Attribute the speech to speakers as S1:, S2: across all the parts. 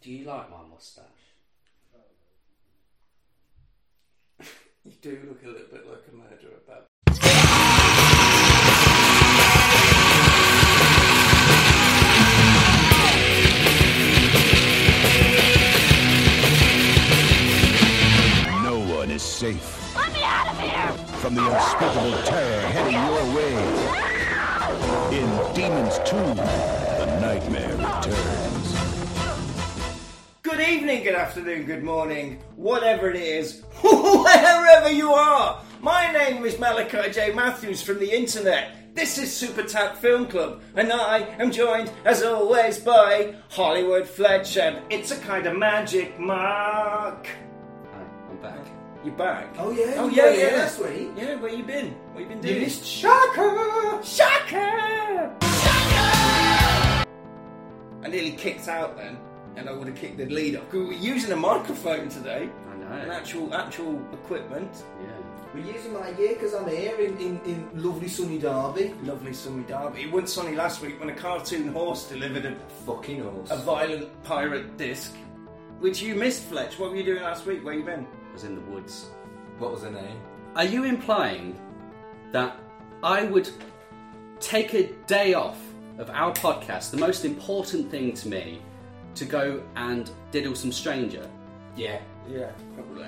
S1: Do you like my mustache? you do look a little bit like a murderer, Bab.
S2: No one is safe
S3: Let me out of here!
S2: from the unspeakable terror heading your way. In Demons 2, the nightmare returns.
S4: Good evening, good afternoon, good morning, whatever it is, wherever you are. My name is Malachi J. Matthews from the internet. This is Super Tap Film Club, and I am joined, as always, by Hollywood Fletcher. It's a kind of magic mark.
S1: Hi, Uh, I'm back.
S4: You back?
S5: Oh, yeah,
S4: oh
S5: you
S4: yeah,
S5: were
S4: yeah.
S5: here last week.
S4: Yeah, where you been? What you been doing?
S5: You missed Shaka!
S4: Shaka! I nearly kicked out then, and I would have kicked the lead off. 'Cause We're using a microphone today.
S1: I know.
S4: An actual, actual equipment.
S1: Yeah.
S5: We're using my gear because I'm here in, in, in lovely sunny Derby.
S4: Lovely sunny derby. It wasn't sunny last week when a cartoon horse delivered a,
S5: Fucking horse.
S4: a violent pirate disc, which you missed, Fletch. What were you doing last week? Where you been?
S1: I was in the woods.
S5: What was her name?
S1: Are you implying that I would take a day off of our podcast, the most important thing to me, to go and diddle some stranger?
S5: Yeah.
S4: Yeah, probably.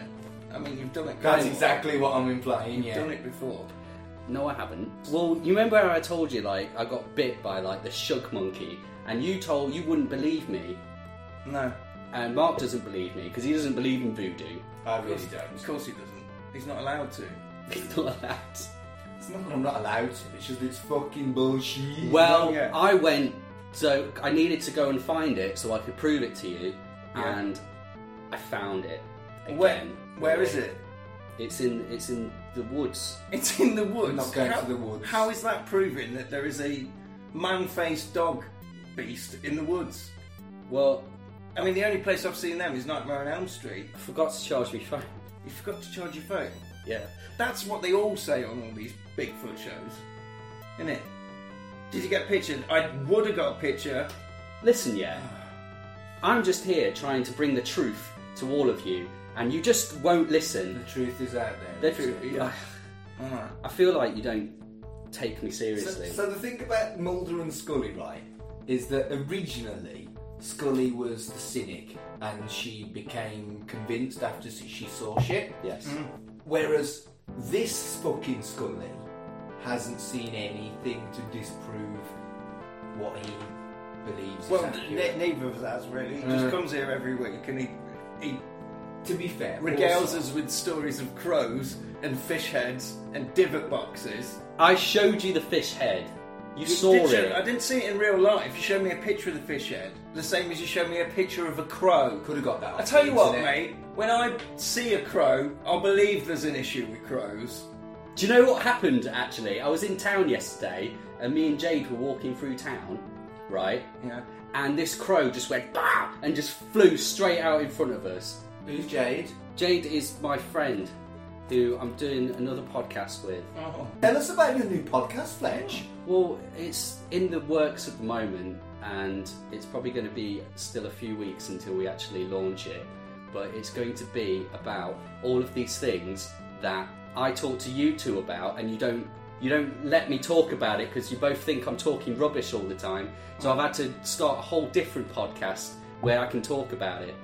S4: I mean, you've done it.
S5: That's
S4: before.
S5: exactly what I'm implying,
S4: You've done
S5: yeah.
S4: it before.
S1: No, I haven't. Well, you remember how I told you, like, I got bit by, like, the shug monkey, and you told you wouldn't believe me,
S4: No,
S1: and Mark doesn't believe me because he doesn't believe in voodoo.
S5: I really
S4: of
S5: don't.
S4: course he doesn't. He's not allowed to.
S1: He's not allowed.
S5: It's not that I'm not allowed to, it's just it's fucking bullshit.
S1: Well,
S4: Yeah.
S1: I went, so I needed to go and find it so I could prove it to you,
S4: Yeah.
S1: and I found it again.
S4: Where is it?
S1: It's in it's in the woods.
S4: It's in the woods.
S5: Not going to the woods.
S4: How is that proving that there is a man-faced dog beast in the woods?
S1: Well,
S4: I mean, the only place I've seen them is Nightmare on Elm Street.
S1: I forgot to charge me phone.
S4: You forgot to charge your phone.
S1: Yeah.
S4: That's what they all say on all these Bigfoot shows, isn't it? Did you get pictured? I would have got a picture.
S1: Listen, yeah. I'm just here trying to bring the truth to all of you, and you just won't
S5: The
S1: listen.
S5: truth is out there.
S1: The
S4: truth, yeah. All right.
S1: I feel like you don't take me
S5: So,
S1: seriously.
S5: so the thing about Mulder and Scully, right, is that originally Scully was the cynic and she became convinced after she saw shit.
S1: yes.
S4: mm.
S5: Whereas this fucking Scully hasn't seen anything to disprove what he believes.
S4: Well,
S5: is
S4: ne-
S5: accurate.
S4: neither of us really. He just
S5: Uh.
S4: comes here every week and he he
S5: to be fair,
S4: regales
S5: also-
S4: us with stories of crows and fish heads and divot boxes.
S1: I showed you the fish head. You,
S4: You
S1: saw
S4: did
S1: it.
S4: show- I didn't see it in real life. You showed me a picture of the fish head, the same as you showed me a picture of a crow.
S5: could have got that.
S4: I
S5: off
S4: tell
S5: the
S4: you what,
S5: internet.
S4: mate. When I see a crow, I believe there's an issue with crows.
S1: Do you know what happened actually? I was in town yesterday and me and Jade were walking through town, right?
S4: Yeah.
S1: And this crow just went bah and just flew straight out in front of us.
S5: Who's Jade?
S1: Jade is my friend who I'm doing another podcast with.
S4: Oh.
S5: Tell us about your new podcast, Fletch.
S1: Well, it's in the works at the moment and it's probably going to be still a few weeks until we actually launch it. But it's going to be about all of these things that I talk to you two about and you don't you don't let me talk about it because you both think I'm talking rubbish all the time. So I've had to start a whole different podcast where I can talk about it.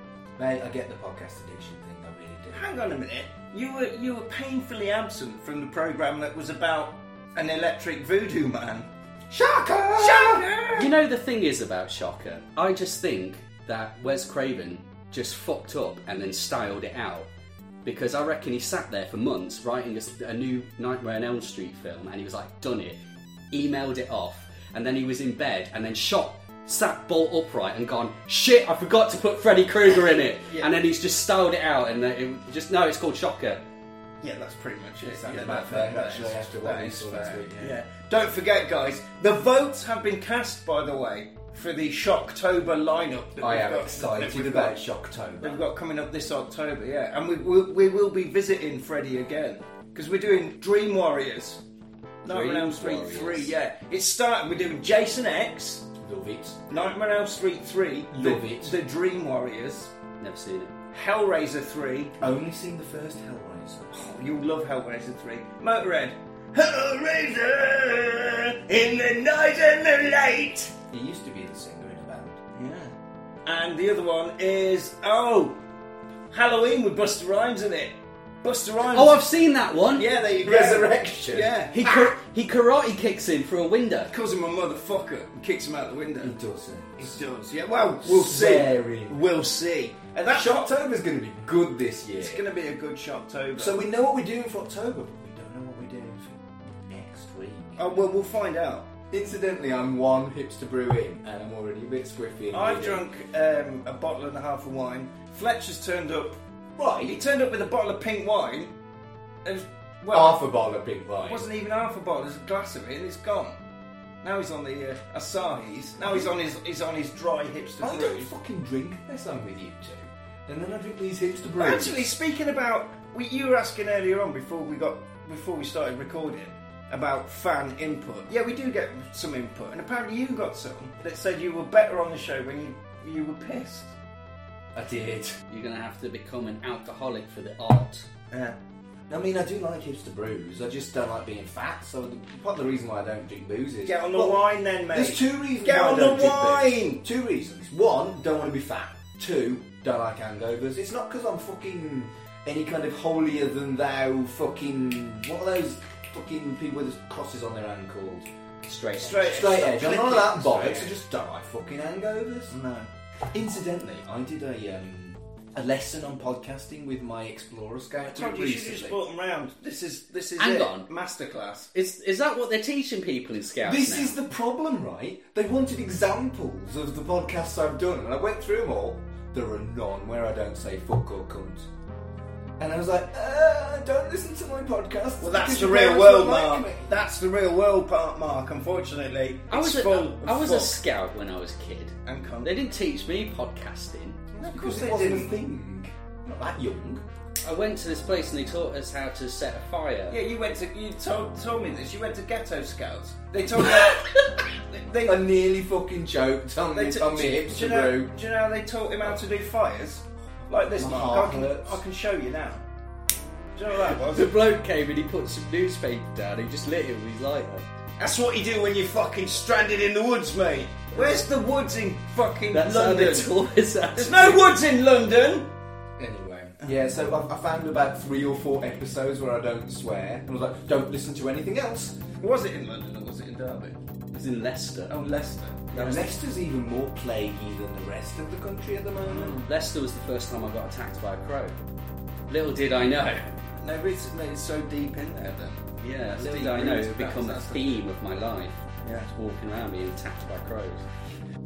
S5: Mate, I get the podcast addiction thing. I really do.
S4: Hang on a minute. You were you were painfully absent from the program that was about an electric voodoo man.
S5: Shaka!
S1: You know the thing is about Shocker, I just think that Wes Craven just fucked up and then styled it out. Because I reckon he sat there for months writing a, a new Nightmare on Elm Street film and he was like, done it, emailed it off, and then he was in bed and then shot, sat bolt upright and gone, shit, I forgot to put Freddy Krueger in it. And then he's just styled it out and then it just, no, it's called Shocker.
S4: Yeah, that's pretty much it.
S5: sounds
S4: yeah,
S5: about
S4: that-
S5: fair,
S4: that
S5: actually,
S4: is-
S5: after what
S4: that
S5: we
S4: is
S5: saw last
S4: fair.
S5: week, yeah.
S4: Don't forget, guys, the votes have been cast, by the way, for the Shocktober lineup. That
S5: I
S4: we've
S5: am
S4: got, that
S5: excited
S4: we've
S5: about
S4: got-
S5: Shocktober.
S4: That we've got coming up this October, yeah. And we, we, we will be visiting Freddy again because we're doing Dream Warriors. Nightmare on
S1: Dream
S4: Elm Street
S1: Warriors.
S4: 3, yeah. It's starting, we're doing Jason X.
S5: Love it.
S4: Nightmare on Elm Street 3,
S5: Love
S4: the,
S5: it.
S4: the Dream Warriors,
S1: Never seen it.
S4: Hellraiser 3,
S5: Only seen the first Hellraiser.
S4: oh, you'll love Hellraiser 3, Motorhead, Hellraiser in the night and the light.
S5: He used to be the singer in a band.
S4: Yeah. And the other one is, oh, Halloween with Buster Rhymes in it. Buster Rhymes.
S1: Oh, I've seen that one.
S4: Yeah, there you go.
S5: Resurrection.
S4: Yeah.
S1: He ka- he karate kicks him through a window.
S4: calls him a motherfucker and kicks him out the window.
S5: He doesn't.
S4: He does, yeah. Well, we'll see.
S5: Swearing.
S4: We'll see. And that
S5: Shoptober's going to be good this year.
S4: It's going to be a good Shoptober.
S5: So we know what we're doing for October, but we don't know what we're doing for next week.
S4: oh, well, we'll find out.
S5: Incidentally, I'm one hipster brew in, and I'm already a bit squiffy. and
S4: I've
S5: giddy.
S4: drunk um, a bottle and a half of wine. Fletcher's turned up. He
S5: Right,
S4: turned up with a bottle of pink wine. And, well,
S5: half a bottle of big wine.
S4: it wasn't even half a bottle. There's a glass of it, and it's gone. Now he's on the uh, Asahi's. Now he's on his he's on his dry hipster
S5: I don't
S4: brew.
S5: fucking drink this. I'm with you two, and then I drink these hipster brews.
S4: Actually, speaking about, we, you were asking earlier on before we got before we started recording about fan input. Yeah, we do get some input, and apparently you got some that said you were better on the show when you you were pissed.
S5: I did.
S1: You're gonna have to become an alcoholic for the art.
S4: Yeah.
S5: I mean, I do like hipster brews. I just don't like being fat. So the, part of the reason why I don't drink booze is
S4: Get on the
S5: Well,
S4: wine then, mate.
S5: There's two reasons.
S4: Get
S5: why
S4: on
S5: I don't
S4: the
S5: drink
S4: wine.
S5: booze. Two reasons. One, don't want to be fat. Two, don't like hangovers. It's not because I'm fucking any kind of holier than thou fucking what are those fucking people with crosses on their hand called?
S1: Straight. edge.
S4: Straight,
S5: Straight edge. I'm none of that
S4: Straight
S5: bollocks. I
S4: edge.
S5: just don't like fucking hangovers.
S4: No.
S5: Incidentally, I did a um, a lesson on podcasting with my Explorer Scout.
S4: I told you, you should have
S5: recently.
S4: just brought them round. This is this is
S1: Hang
S4: it.
S1: on.
S4: masterclass.
S1: Is is that what they're teaching people in scouts
S5: This
S1: now?
S5: is the problem, right? They wanted examples of the podcasts I've done, and I went through them all. There are none where I don't say fuck or cunt. And I was like, uh, don't listen to my podcast.
S4: Well, that's the real world, Mark. That's the real world part, Mark. Unfortunately,
S1: I was
S4: it's
S1: a,
S4: full
S1: I was a
S4: of fuck
S1: scout when I was a kid.
S4: and cunt.
S1: They didn't teach me podcasting.
S5: Of
S4: course
S5: course,
S4: they
S5: it wasn't
S4: didn't.
S5: a thing. Not that young.
S1: I went to this place and they taught us how to set a fire.
S4: Yeah, you went to you told told me this. You went to Ghetto Scouts. They told me they
S5: I nearly fucking joked on
S4: they
S5: me,
S4: t-
S5: on me
S4: do, you-
S5: hips
S4: do you know, do you know how they taught him how to do fires like this?
S5: My
S4: Mark,
S5: heart
S4: I can
S5: hurts.
S4: I can show you now. Do you know what that was?
S1: The bloke came and he put some newspaper down. He just lit it with his lighter.
S4: That's what you do when you're fucking stranded in the woods, mate. Where's the woods in fucking
S1: That's
S4: London?
S1: how they taught us. how
S4: There's
S1: to
S4: no
S1: do-
S4: woods in London.
S5: Anyway, yeah, so I, I found about three or four episodes where I don't swear, and I was like, don't listen to anything else.
S4: Was it in London or was it in Derby?
S1: It was in Leicester.
S4: Oh, Leicester.
S5: Now, Leicester's even more plaguey than the rest of the country at the moment.
S1: Oh, Leicester was the first time I got attacked by a crow. Little did I know.
S4: No, it's, no, it's so deep in there then.
S1: Yeah,
S4: It's
S1: little
S4: deep
S1: did I know it
S4: roots,
S1: would
S4: perhaps,
S1: become a
S4: that's the-
S1: theme of my life.
S4: Yeah.
S1: Just walking around being attacked by crows.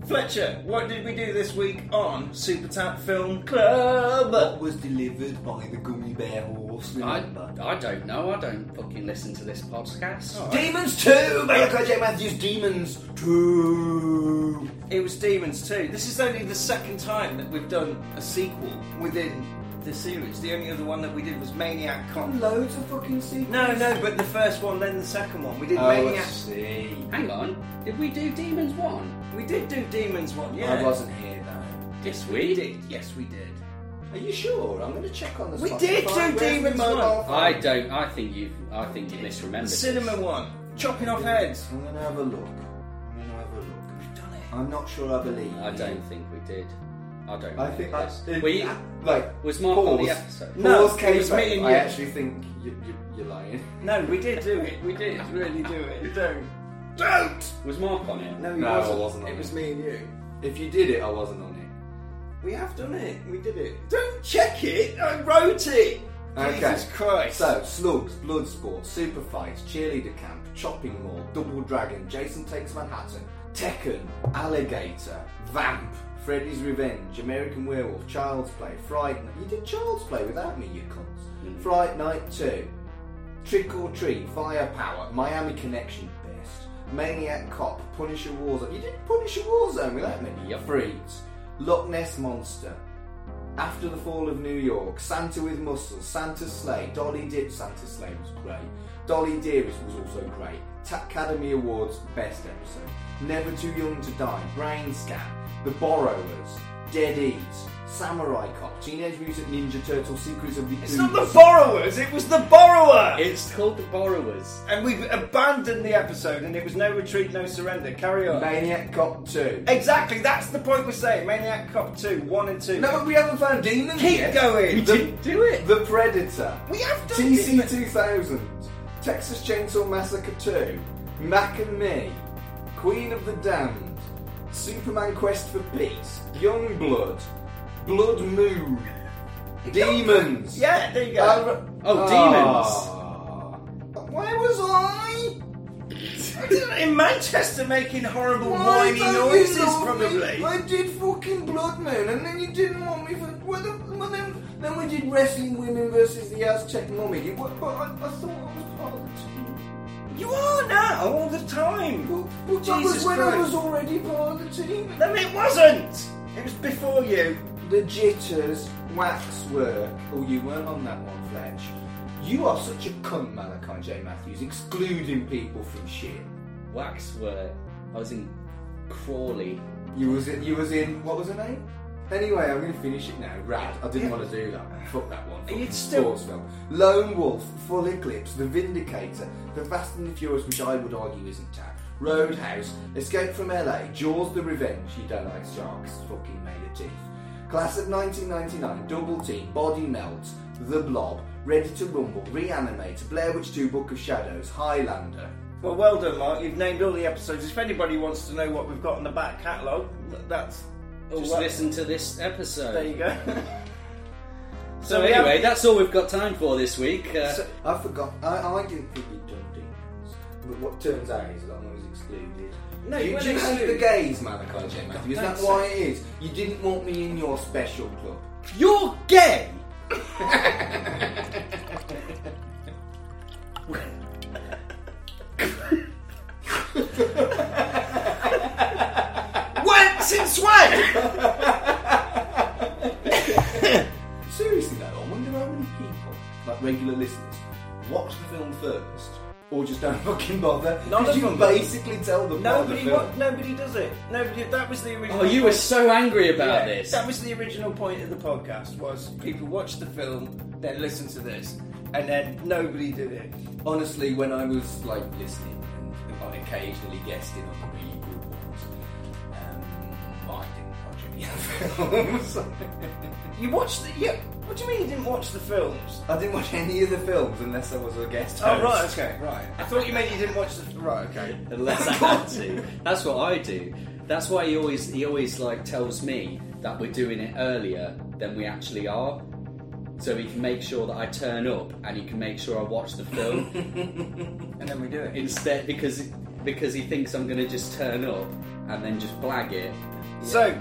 S4: Fletcher, what did we do this week on Super Tap Film Club?
S5: What was delivered by the gummy bear horse,
S1: I,
S5: remember?
S1: I don't know. I don't fucking listen to this podcast.
S5: Demons 2! Malachi J. Matthews, Demons 2!
S4: It was Demons 2. This is only the second time that we've done a sequel within the series. The only other one that we did was Maniac Con.
S5: Loads of fucking sequels.
S4: No, no, but the first one, then the second one. We did
S5: Oh, I
S4: Maniac.
S5: see.
S1: Hang on. Did we do Demons 1?
S4: We did do Demons one, yeah.
S5: I wasn't here, though.
S1: Yes,
S4: We
S1: we
S4: did. Yes, we did.
S5: Are you sure? I'm going to check on the
S4: We did do Demons one.
S1: I don't. I think you. I think you misremembered.
S4: The cinema
S1: this.
S4: one, chopping off heads.
S5: I'm going to have a look. I'm going to have a look.
S4: We've done it.
S5: I'm not sure I believe
S1: I
S5: you.
S1: don't think we did. I don't.
S5: I think that's
S1: This. Were you-
S5: like
S1: was Mark on the
S5: pause.
S1: episode?
S4: No,
S5: Pause
S4: it
S5: came
S4: was
S5: back.
S4: me and
S5: I
S4: you.
S5: actually think you, you, you're lying.
S4: No, we did do it. We did really do it. Don't. Don't.
S1: Was Mark on it?
S4: No, you
S5: No, I
S4: wasn't.
S5: wasn't on
S4: It
S5: it.
S4: was me and you.
S5: If you did it, I wasn't on it.
S4: We have done it. We did it. Don't check it. I wrote it.
S5: Okay.
S4: Jesus Christ.
S5: So, Slugs, Bloodsport, Super Fight, Cheerleader Camp, Chopping Mall, Double Dragon, Jason Takes Manhattan, Tekken, Alligator, Vamp, Freddy's Revenge, American Werewolf, Child's Play, Fright Night. You did Child's Play without me, you cunts.
S4: Mm.
S5: Fright Night 2, Trick or Treat, Firepower, Miami Connection, Best, Maniac Cop, Punisher Warzone. You did Punisher Warzone without me.
S1: Yep.
S5: Freeze, Loch Ness Monster, after the fall of New York, Santa with Muscles, Santa's Sleigh, Dolly Dip, Santa's Sleigh was great. Dolly Dearest was also great. Academy Awards Best Episode, Never Too Young to Die, Brain Scan, The Borrowers, Dead Eats, Samurai Cop, Teenage Mutant Ninja Turtle, Secrets of the
S4: It's not
S5: Ooze.
S4: the borrowers, it was the borrower!
S1: It's called The Borrowers.
S4: and we abandoned the episode and it was no retreat, no surrender. Carry on.
S5: Maniac Cop 2.
S4: Exactly, that's the point we're saying. Maniac Cop 2, 1 and 2.
S5: No, but we haven't found Demon
S4: Keep
S5: yet.
S4: going.
S1: We
S5: The-
S1: didn't do it.
S5: The Predator.
S4: We have done
S5: TC
S4: it.
S5: 2000, Texas Chainsaw Massacre 2, Mac and Me, Queen of the Damned, Superman Quest for Peace, Young Blood, Blood Moon, Demons.
S4: Yeah, there you go.
S5: Uh,
S1: Oh,
S5: ah. Where was I?
S4: in Manchester making horrible
S5: Uh, Why
S4: whiny
S5: don't you
S4: noises,
S5: love me?
S4: probably.
S5: I did fucking Blood Moon, and then you didn't want me for. Well, then, well, then, then we did Wrestling Women versus the Aztec Mummy. You- But I, I thought I was part of the team.
S4: You are now all the time.
S5: Well, well, that
S4: Jesus
S5: was when I
S4: Christ.
S5: was already part of the team.
S4: No, it wasn't. It was before you.
S5: The jitters, waxwork. Oh, you weren't on that one, Fletch. You are such a cunt, Malachi J. Matthews, excluding people from shit.
S1: Waxwork. I was in Crawley.
S5: You was in, you was in, what was her name? Anyway, I'm going to finish it now. Rad. I didn't want to do that. Fuck that one. Fucking
S4: still-
S5: sports film. Lone Wolf, Full Eclipse, The Vindicator, The Fast and the Furious, which I would argue isn't tap. Roadhouse, Escape from LA, Jaws the Revenge, you don't like sharks, fucking made of teeth. Class of 1999, Double Team, Body Melt, The Blob, Ready to Rumble, Reanimator, Blair Witch 2, Book of Shadows, Highlander.
S4: Well, well done, Mark. You've named all the episodes. If anybody wants to know what we've got in the back catalogue, th- that's.
S1: Just
S4: well-
S1: listen to this episode.
S4: There you go.
S1: So,
S4: we have-
S1: anyway, that's all we've got time for this week. Uh,
S4: So-
S5: I forgot. I, I didn't think we'd done demons. But what turns out is that I was excluded.
S4: No,
S5: do
S4: you
S5: you,
S4: weren't
S5: do you hate
S4: excluded.
S5: the gays, Malachi J. Matthews? Is that
S4: thanks,
S5: why it is? You didn't want me in your special club.
S1: You're gay!
S4: When? Since when?
S5: Seriously though, I wonder how many people, like regular listeners, watch the film first or just don't fucking bother.
S4: None
S5: Because
S4: of
S5: you
S4: them.
S5: basically tell them about the
S4: Nobody,
S5: film.
S4: what, nobody does it. Nobody. That was the original.
S1: Oh, you were so angry
S4: Yeah,
S1: about this.
S4: That was the original point of the podcast. Was people watch the film, then listen to this, and then nobody did it.
S5: honestly, when I was like listening and I occasionally guesting on the really good ones, um, I didn't watch any of the films.
S4: You watched the. Yeah. What do you mean you didn't watch the films?
S5: I didn't watch any of the films unless I was a guest
S4: Oh
S5: host.
S4: right, okay, right. I thought you meant you didn't watch the. Right, okay.
S1: Unless I had to. That's what I do. That's why he always he always like tells me that we're doing it earlier than we actually are. So he can make sure that I turn up and he can make sure I watch the film
S4: And then we do it.
S1: instead because because he thinks I'm gonna just turn up and then just blag it.
S4: So.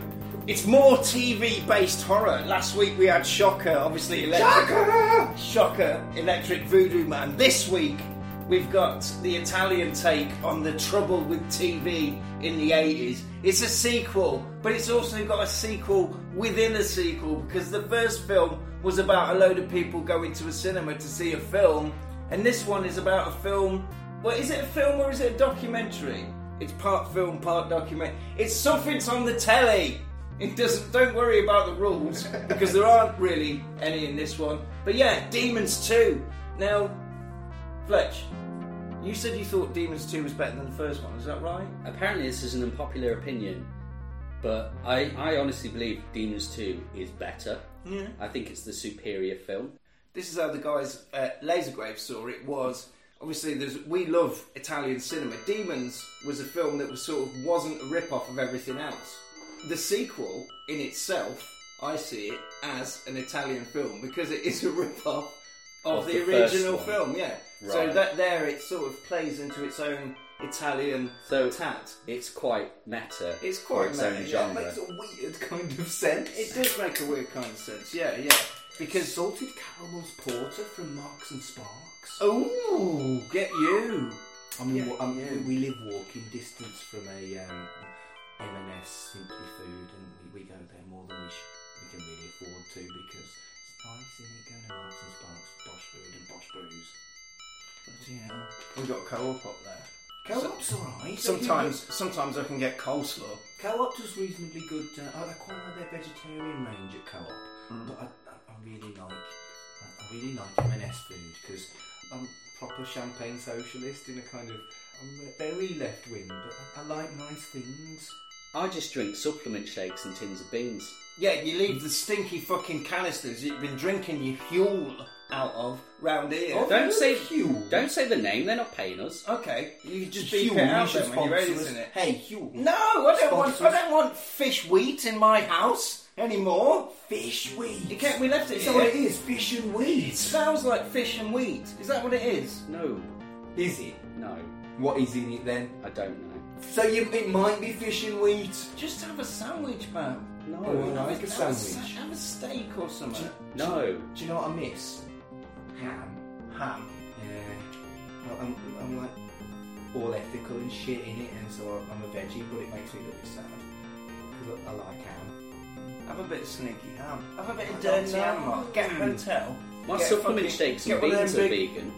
S4: It's more TV-based horror. Last week we had Shocker, obviously. Electric,
S5: Shocker!
S4: Shocker, Electric Voodoo Man. This week we've got the Italian take on the trouble with TV in the 80s. It's a sequel, but it's also got a sequel within a sequel because the first film was about a load of people going to a cinema to see a film, and this one is about a film. Well, is it a film or is it a documentary? It's part film, part document. It's something's on the telly. It doesn't. Don't worry about the rules because there aren't really any in this one. But yeah, Demons Two. Now, Fletch, you said you thought Demons Two was better than the first one. Is that right?
S1: Apparently this is an unpopular opinion, but I, I honestly believe Demons 2 is better. Yeah. I think it's the superior film.
S4: This is how the guys at Lasergrave saw it. Was obviously there's we love Italian cinema. Demons was a film that was sort of wasn't a rip off of everything else. The sequel in itself, I see it as an Italian film because it is a rip off of,
S1: Of
S4: the,
S1: the first
S4: original
S1: one.
S4: film. Yeah. So
S1: Right.
S4: that there, it sort of plays into its own Italian
S1: So-
S4: tat.
S1: It's quite meta.
S4: It's quite
S1: for its own
S4: meta, yeah,
S5: That
S1: genre.
S5: makes a weird kind of sense.
S4: It does make a weird kind of sense. Yeah, yeah. Because
S5: Salted Caramel's Porter from Marks and Sparks.
S4: oh, get you.
S5: I mean,
S4: Yeah,
S5: wa- um,
S4: yeah.
S5: we- we live walking distance from a um, M&S Simply Food, and we, we go there more than we, sh- we can really afford to because it's nice in it going to Marks and Sparks, Bosch Food and Bosch Brews.
S4: Bloody hell. We got co-op up there.
S5: Co-op's alright.
S4: Sometimes, sometimes I can get coleslaw.
S5: Co-op does reasonably good. Uh, I I quite like their vegetarian range at Co-op,
S4: Mm.
S5: but I, I- I really like I I really like M&S food because I'm a proper champagne socialist in a kind of I'm very left wing, but I, I like nice things.
S1: I just drink supplement shakes and tins of beans.
S4: Yeah, you leave the stinky fucking canisters you've been drinking your fuel out of round here.
S5: Oh,
S1: Don't say
S5: Hugh.
S1: Don't say the name. They're not paying us.
S4: Okay, you just
S5: Hugh,
S4: beep
S5: you
S4: it out
S5: should
S4: then when you're
S5: sponsor us.
S4: editing it.
S5: Hey, Hugh.
S4: No, I don't want. I
S5: Sponsors.
S4: don't want fish wheat in my house anymore.
S5: Fish weed.
S4: You can't. We left it.
S5: Is that
S4: here.
S5: what it is? Fish and
S4: It
S5: weeds.
S4: sounds like fish and wheat. Is that what it is?
S1: No,
S5: Is it?
S1: no,
S5: What is in it then?
S1: I don't know.
S5: So you, it might be fish and weeds.
S4: Just have a sandwich, man.
S1: No,
S5: Oh, well, I
S4: Have
S5: like a
S4: have sa-
S5: sandwich.
S4: Have a steak or something.
S1: no.
S5: Do you know what I miss? Ham.
S4: Ham.
S5: Yeah. I- I'm, I'm like all ethical and shit in it, and so I'm a veggie, but it makes me a little bit sad because I, I like ham.
S4: Have a bit of sneaky ham. Have a bit
S5: I
S4: of dirty
S5: don't
S4: ham.
S5: know.
S4: Mark. Get a hotel.
S1: My
S4: Hmm. Get
S1: supplement
S4: fucking-
S1: shakes and
S4: get one of
S1: beans are
S4: them big-
S1: vegan.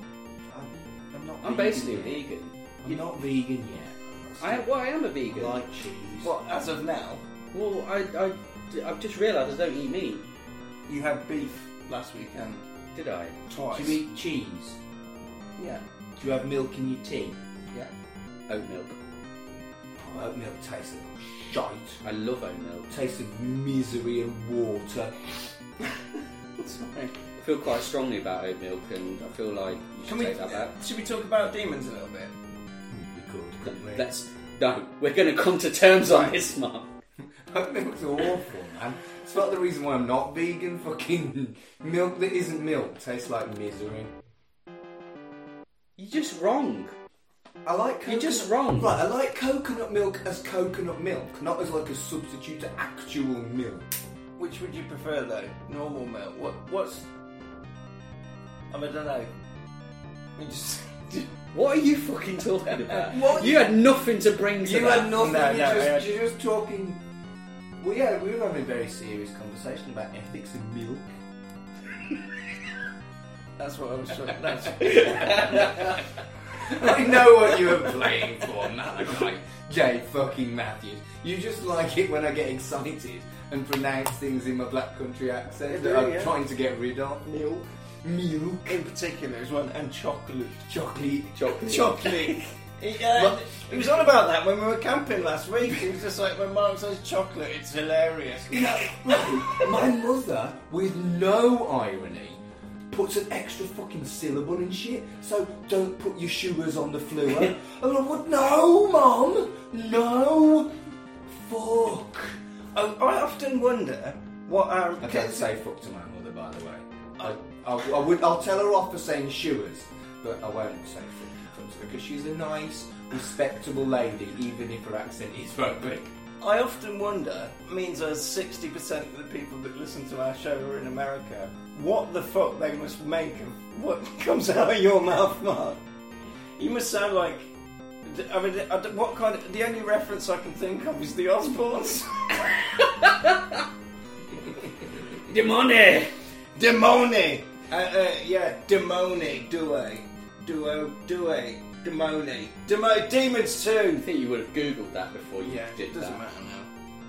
S5: I'm, I'm not. vegan
S1: I'm basically a
S5: yet.
S1: vegan.
S5: I'm not vegan yet.
S1: I am, well, I am a vegan.
S5: like cheese.
S4: Well, as of now,
S1: Well, I, I, I've just realised I don't eat meat.
S4: you had beef last weekend
S1: Did I?
S4: twice.
S5: Do you eat cheese?
S4: Yeah.
S5: Do you have milk in your tea?
S4: Yeah.
S1: Oat milk.
S5: Oh, oat milk tastes of shite.
S1: I love oat milk.
S5: taste of misery and water.
S4: Sorry.
S1: I feel quite strongly about oat milk, and I feel like you should
S4: Can we?
S1: take that back.
S4: Should we talk about demons a little bit?
S5: We could, couldn't we?
S1: Let's. No, we're going to come to terms on this, Mark.
S5: Oat milk's awful, man. It's not the reason why I'm not vegan. Fucking milk that isn't milk tastes like misery.
S1: You're just wrong.
S5: I like coconut,
S1: You're just wrong.
S5: Right, I like coconut milk as coconut milk, not as like a substitute to actual milk.
S4: Which would you prefer though? Normal milk? What? What's? I, mean, I don't know. We just.
S1: What are you fucking talking about?
S5: What?
S1: You had nothing to bring to
S5: You
S1: that.
S5: had nothing.
S4: No,
S5: you're,
S4: no,
S5: just,
S4: yeah.
S5: you're just talking. Well, yeah, we were having a very serious conversation about ethics and milk.
S4: That's what I was trying. That's,
S5: I know what you were playing for, Malachi. Jay fucking Matthews. You just like it when I get excited and pronounce things in my black country accent
S4: I do,
S5: that I'm
S4: yeah.
S5: trying to get rid of. Milk. Milk.
S4: in particular, is one and chocolate.
S5: Chocolate.
S1: Chocolate.
S4: Chocolate. He, uh,
S5: What?
S4: he was on about that when we were camping last week. He was just like, when Mark says chocolate, it's hilarious.
S5: Yeah, right. My mother, with no irony, puts an extra fucking syllable in shit. So don't put your sugars on the fluor. and I would, no, mum, no. Fuck.
S4: I, I often wonder what um, our.
S5: I don't say fuck to my mother, by the way. I, I, I would, I'll tell her off for saying shewers, but I won't say fuck to her because she's a nice, respectable lady, even if her accent is rugby.
S4: I often wonder, means as 60% of the people that listen to our show are in America, what the fuck they must make of what comes out of your mouth, Mark. You must sound like. I mean, I don't- what kind of. The only reference I can think of is the Osbournes.
S1: Demone!
S4: Demone! Uh, uh, yeah, Demone, Due. Duo, Due, Demone. Demo, Demons
S1: I
S4: 2!
S1: think you would have googled that before you
S4: Yeah,
S1: did
S4: it doesn't
S1: that.
S4: matter now.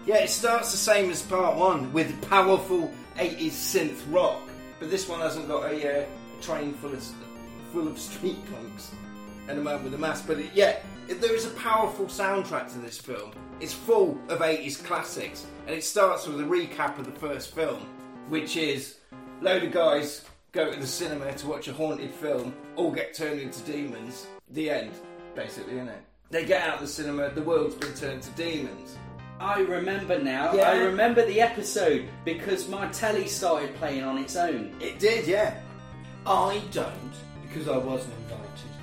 S4: Yeah, it starts the same as part one with powerful 80s synth rock, but this one hasn't got a, uh, a train full of, full of street punks and a man with a mask. But it, yeah, it, there is a powerful soundtrack to this film. It's full of 80s classics, and it starts with a recap of the first film, which is load of guys go to the cinema to watch a haunted film, all get turned into demons. The end, basically, isn't it? They get out of the cinema, the world's been turned to demons.
S1: I remember now.
S4: Yeah.
S1: I remember the episode because my telly started playing on its own.
S4: It did, yeah.
S5: I don't because I wasn't invited.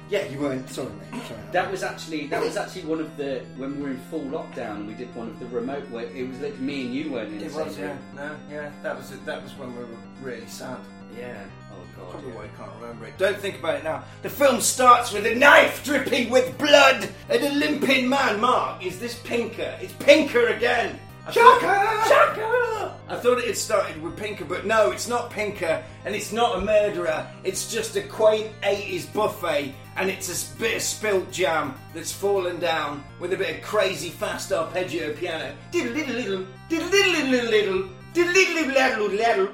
S4: Yeah, you weren't. Sorry, mate. Sorry.
S1: That was actually that was actually one of the when we were in full lockdown. We did one of the remote where it was like me and you weren't in the
S4: it
S1: same
S4: was, yeah.
S1: room.
S4: No, yeah. That was it. That was when we were really sad.
S1: Yeah. Oh god.
S4: Probably why I can't remember it. Don't think about it now. The film starts with a knife dripping with blood and a limping man. Mark, is this Pinker? It's Pinker again.
S5: I
S4: Shocker!
S5: thought-
S4: Shocker! I thought it had started with Pinker, but no, it's not Pinker, and it's not a murderer. It's just a quaint 80s buffet, and it's a s- bit of spilt jam that's fallen down with a bit of crazy fast arpeggio piano. Diddle diddle diddle, diddle diddle diddle diddle, diddle diddle diddle diddle,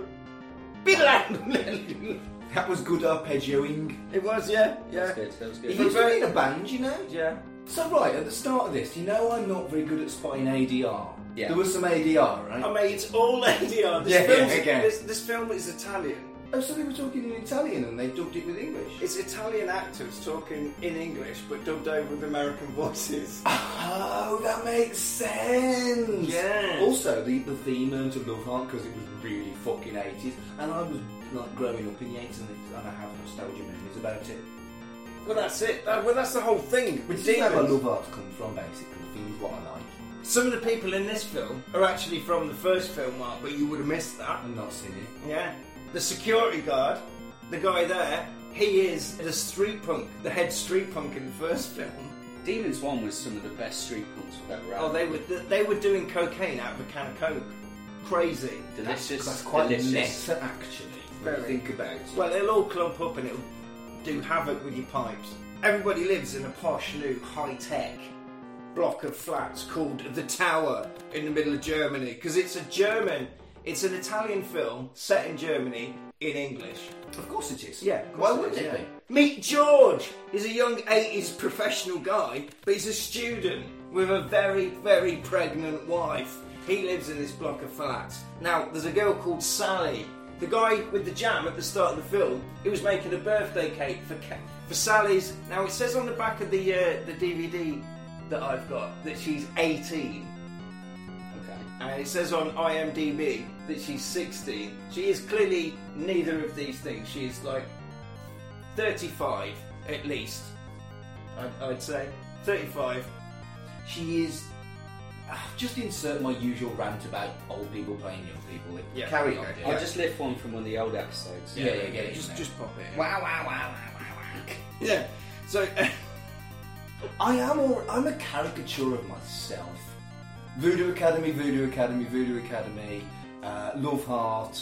S4: diddle diddle diddle.
S5: That was good arpeggioing.
S4: It was, yeah, yeah.
S1: That was good, that was
S5: He
S1: good.
S5: used to be in a band, you know?
S4: Yeah.
S5: So, right, at the start of this, you know I'm not very good at spotting ADR.
S1: Yeah.
S5: There was some ADR, right?
S4: Oh, mate, it's all ADR. This,
S5: Yeah, yeah,
S4: film's,
S5: again.
S4: this, this film is Italian.
S5: oh, so they were talking in Italian and they dubbed it with English.
S4: It's Italian actors talking in English but dubbed over with American voices.
S5: Oh, that makes sense!
S4: Yeah.
S5: Also, the, the theme earned to Love Heart because it was really fucking 80s, and I was like growing up in the 80s and I- and I have nostalgia memories about it.
S4: Well, that's it. That- well, that's the whole thing.
S5: Which
S4: with
S5: is where my
S4: demons.
S5: love art's come from, basically. The theme's what I like.
S4: Some of the people in this film are actually from the first film, Mark, but you would have missed that.
S5: I'm not singing.
S4: Yeah. The security guard, the guy there, he is the street punk, the head street punk in the first film.
S1: Demons One was some of the best street punks we've ever had.
S4: Oh, they were they were doing cocaine out of a can of coke. Crazy.
S1: delicious.
S5: That's quite
S1: delicious.
S5: meta, actually, when you
S4: Very.
S5: think about it.
S4: Well, it'll all clump up and it'll do havoc with your pipes. Everybody lives in a posh, new, high tech block of flats called The Tower in the middle of Germany because it's a German, it's an Italian film set in Germany in English.
S5: Of course it is.
S4: Yeah,
S5: Of course
S4: why wouldn't
S5: is,
S4: it
S5: yeah.
S4: be? Meet George! He's a young 80s professional guy, but he's a student with a very, very pregnant wife. He lives in this block of flats. Now, there's a girl called Sally. The guy with the jam at the start of the film, he was making a birthday cake for Ca- for Sally's. Now, it says on the back of the uh, the DVD that I've got that she's 18.
S1: Okay.
S4: And it says on IMDb that she's 16. She is clearly neither of these things. She is like 35 at least. I'd, I'd say 35.
S5: She is. Ah, Just insert my usual rant about old people playing young people.
S4: Yeah.
S5: Carry on.
S4: Okay.
S5: dear.
S1: I'll just lift one from one of the old episodes.
S5: Yeah, yeah, yeah.
S4: Just, just pop it. in.
S5: Wow, wow, wow, wow, wow, wow.
S4: Yeah. So
S5: I am. All, I'm a caricature of myself. Voodoo Academy, Voodoo Academy, Voodoo Academy. Uh, love heart.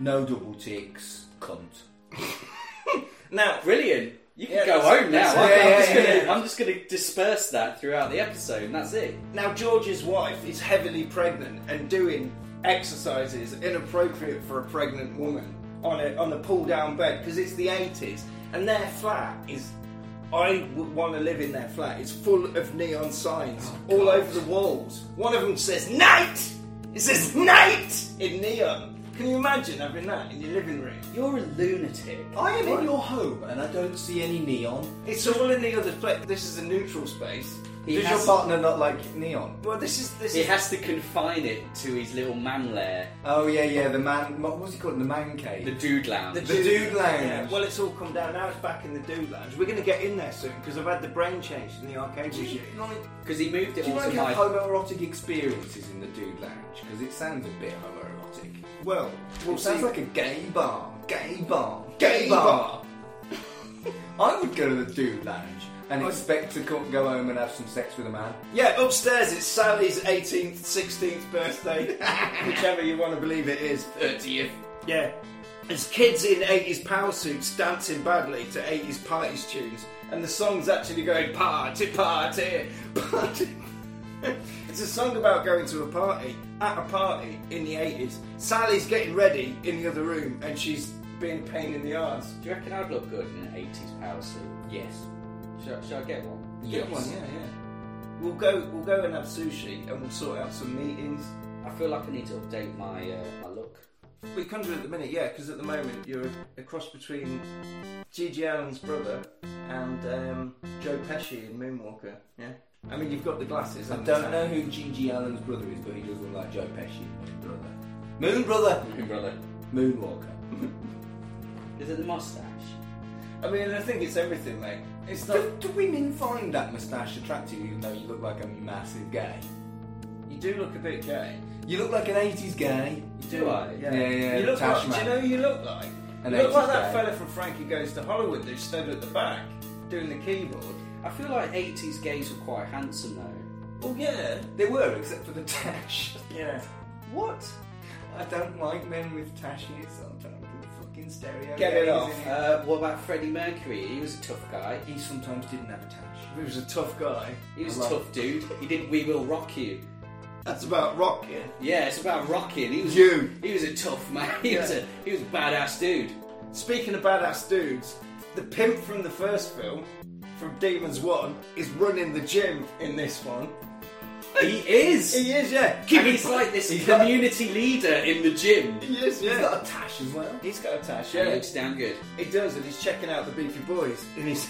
S5: No double ticks. Cunt.
S4: now,
S1: Brilliant. You can
S4: Yeah,
S1: go
S4: that's-
S1: home
S4: that's-
S1: now. I'm,
S4: yeah,
S1: I'm
S4: yeah,
S1: just gonna,
S4: yeah.
S1: I'm just going to disperse that throughout the episode, and that's it.
S4: now George's wife is heavily pregnant and doing exercises inappropriate for a pregnant woman on a on a pull down bed because it's the 80s and their flat is. I would want to live in their flat. It's full of neon signs
S1: Oh,
S4: all over the walls. One of them says "night." It says "night" in neon. Can you imagine having that in your living room?
S1: You're a lunatic.
S5: I am in your home and I don't see any neon.
S4: It's all in the other place. This is a neutral space.
S1: He
S5: Does your
S1: has-
S5: partner not like neon?
S4: Well, this is this
S1: He
S4: is
S1: has to confine it to his little man lair,
S5: Oh yeah, yeah. The man. What was he called? The man cave.
S1: the dude lounge.
S5: The dude lounge.
S4: well, it's all come down. Now it's back in the dude lounge. We're going to get in there soon because I've had the brain changed in the arcade
S5: Do you
S4: machine.
S5: like-
S1: Because he moved it
S5: Do you
S1: all
S5: like
S1: to
S5: have
S1: my.
S5: homoerotic experiences in the Dude Lounge? Because it sounds a bit homoerotic.
S4: Well, we'll
S5: It sounds
S4: see.
S5: like a gay bar. Gay bar.
S4: Gay bar.
S5: I would go to the Dude Lounge and
S4: I'd-
S5: expect to co- go home and have some sex with a man.
S4: Yeah, upstairs it's Sally's 18th, 16th birthday, whichever you want to believe it is.
S5: 30th.
S4: Yeah. There's kids in 80s power suits dancing badly to 80s parties tunes, and the song's actually going party, party, party. it's a song about going to a party, at a party in the 80s. Sally's getting ready in the other room, and she's being a pain in the arse.
S1: Do you reckon I'd look good in an 80s power suit?
S5: Yes.
S1: Should, should I get one?
S5: Yes.
S4: Good one, yeah, yeah. We'll go, we'll go and have sushi, and we'll sort out some meetings.
S1: I feel like I need to update my uh, my look.
S4: We come to it at the minute, yeah, because at the moment you're a cross between Gigi Allen's brother and um, Joe Pesci in Moonwalker. Yeah, I mean you've got the glasses.
S5: I
S4: and the
S5: don't
S4: tan.
S5: know who Gigi Allen's brother is, but he does look like Joe Pesci. Moon brother. Moon brother.
S1: Hey, brother.
S5: Moonwalker.
S1: Is it the mustache?
S4: I mean, I think it's everything, mate. It's not.
S5: Do, do women find that moustache attractive, even though you look like a massive gay?
S4: You do look a bit gay.
S5: You look like an 80s gay.
S1: Do I?
S4: Yeah,
S5: Yeah, yeah,
S4: You look
S5: Tash
S4: like, do you
S5: man.
S4: know who you look like?
S5: An
S4: you look like
S5: 80s guy.
S4: that fella from Frankie Goes to Hollywood who stood at the back doing the keyboard.
S1: I feel like 80s gays were quite handsome though.
S4: Oh yeah.
S5: They were, except for the tash.
S4: Yeah.
S5: What? I don't like men with tashes. I'm trying to fucking stereo.
S4: Get it
S5: gaze
S4: off.
S5: in
S1: Uh, what about Freddie Mercury? He was a tough guy.
S5: He sometimes didn't have a tash. He was a tough guy.
S1: He was
S5: I
S1: a
S5: like-
S1: tough dude. He did We Will Rock You.
S5: That's about rocking.
S1: Yeah, it's about rocking. He was
S5: You.
S1: He was a tough man. He was
S4: Yeah.
S1: a he was a badass dude.
S4: Speaking of badass dudes, the pimp from the first film, from Demons One, is running the gym in this one.
S1: He is.
S4: He is, yeah.
S1: And he's like this
S5: He's got-
S1: community leader in the gym.
S4: He is,
S5: He's
S4: yeah.
S5: got a tash as well.
S4: He's got a tash,
S1: It
S4: yeah.
S1: looks damn good.
S4: He does, and he's checking out the Beefy Boys, and he's.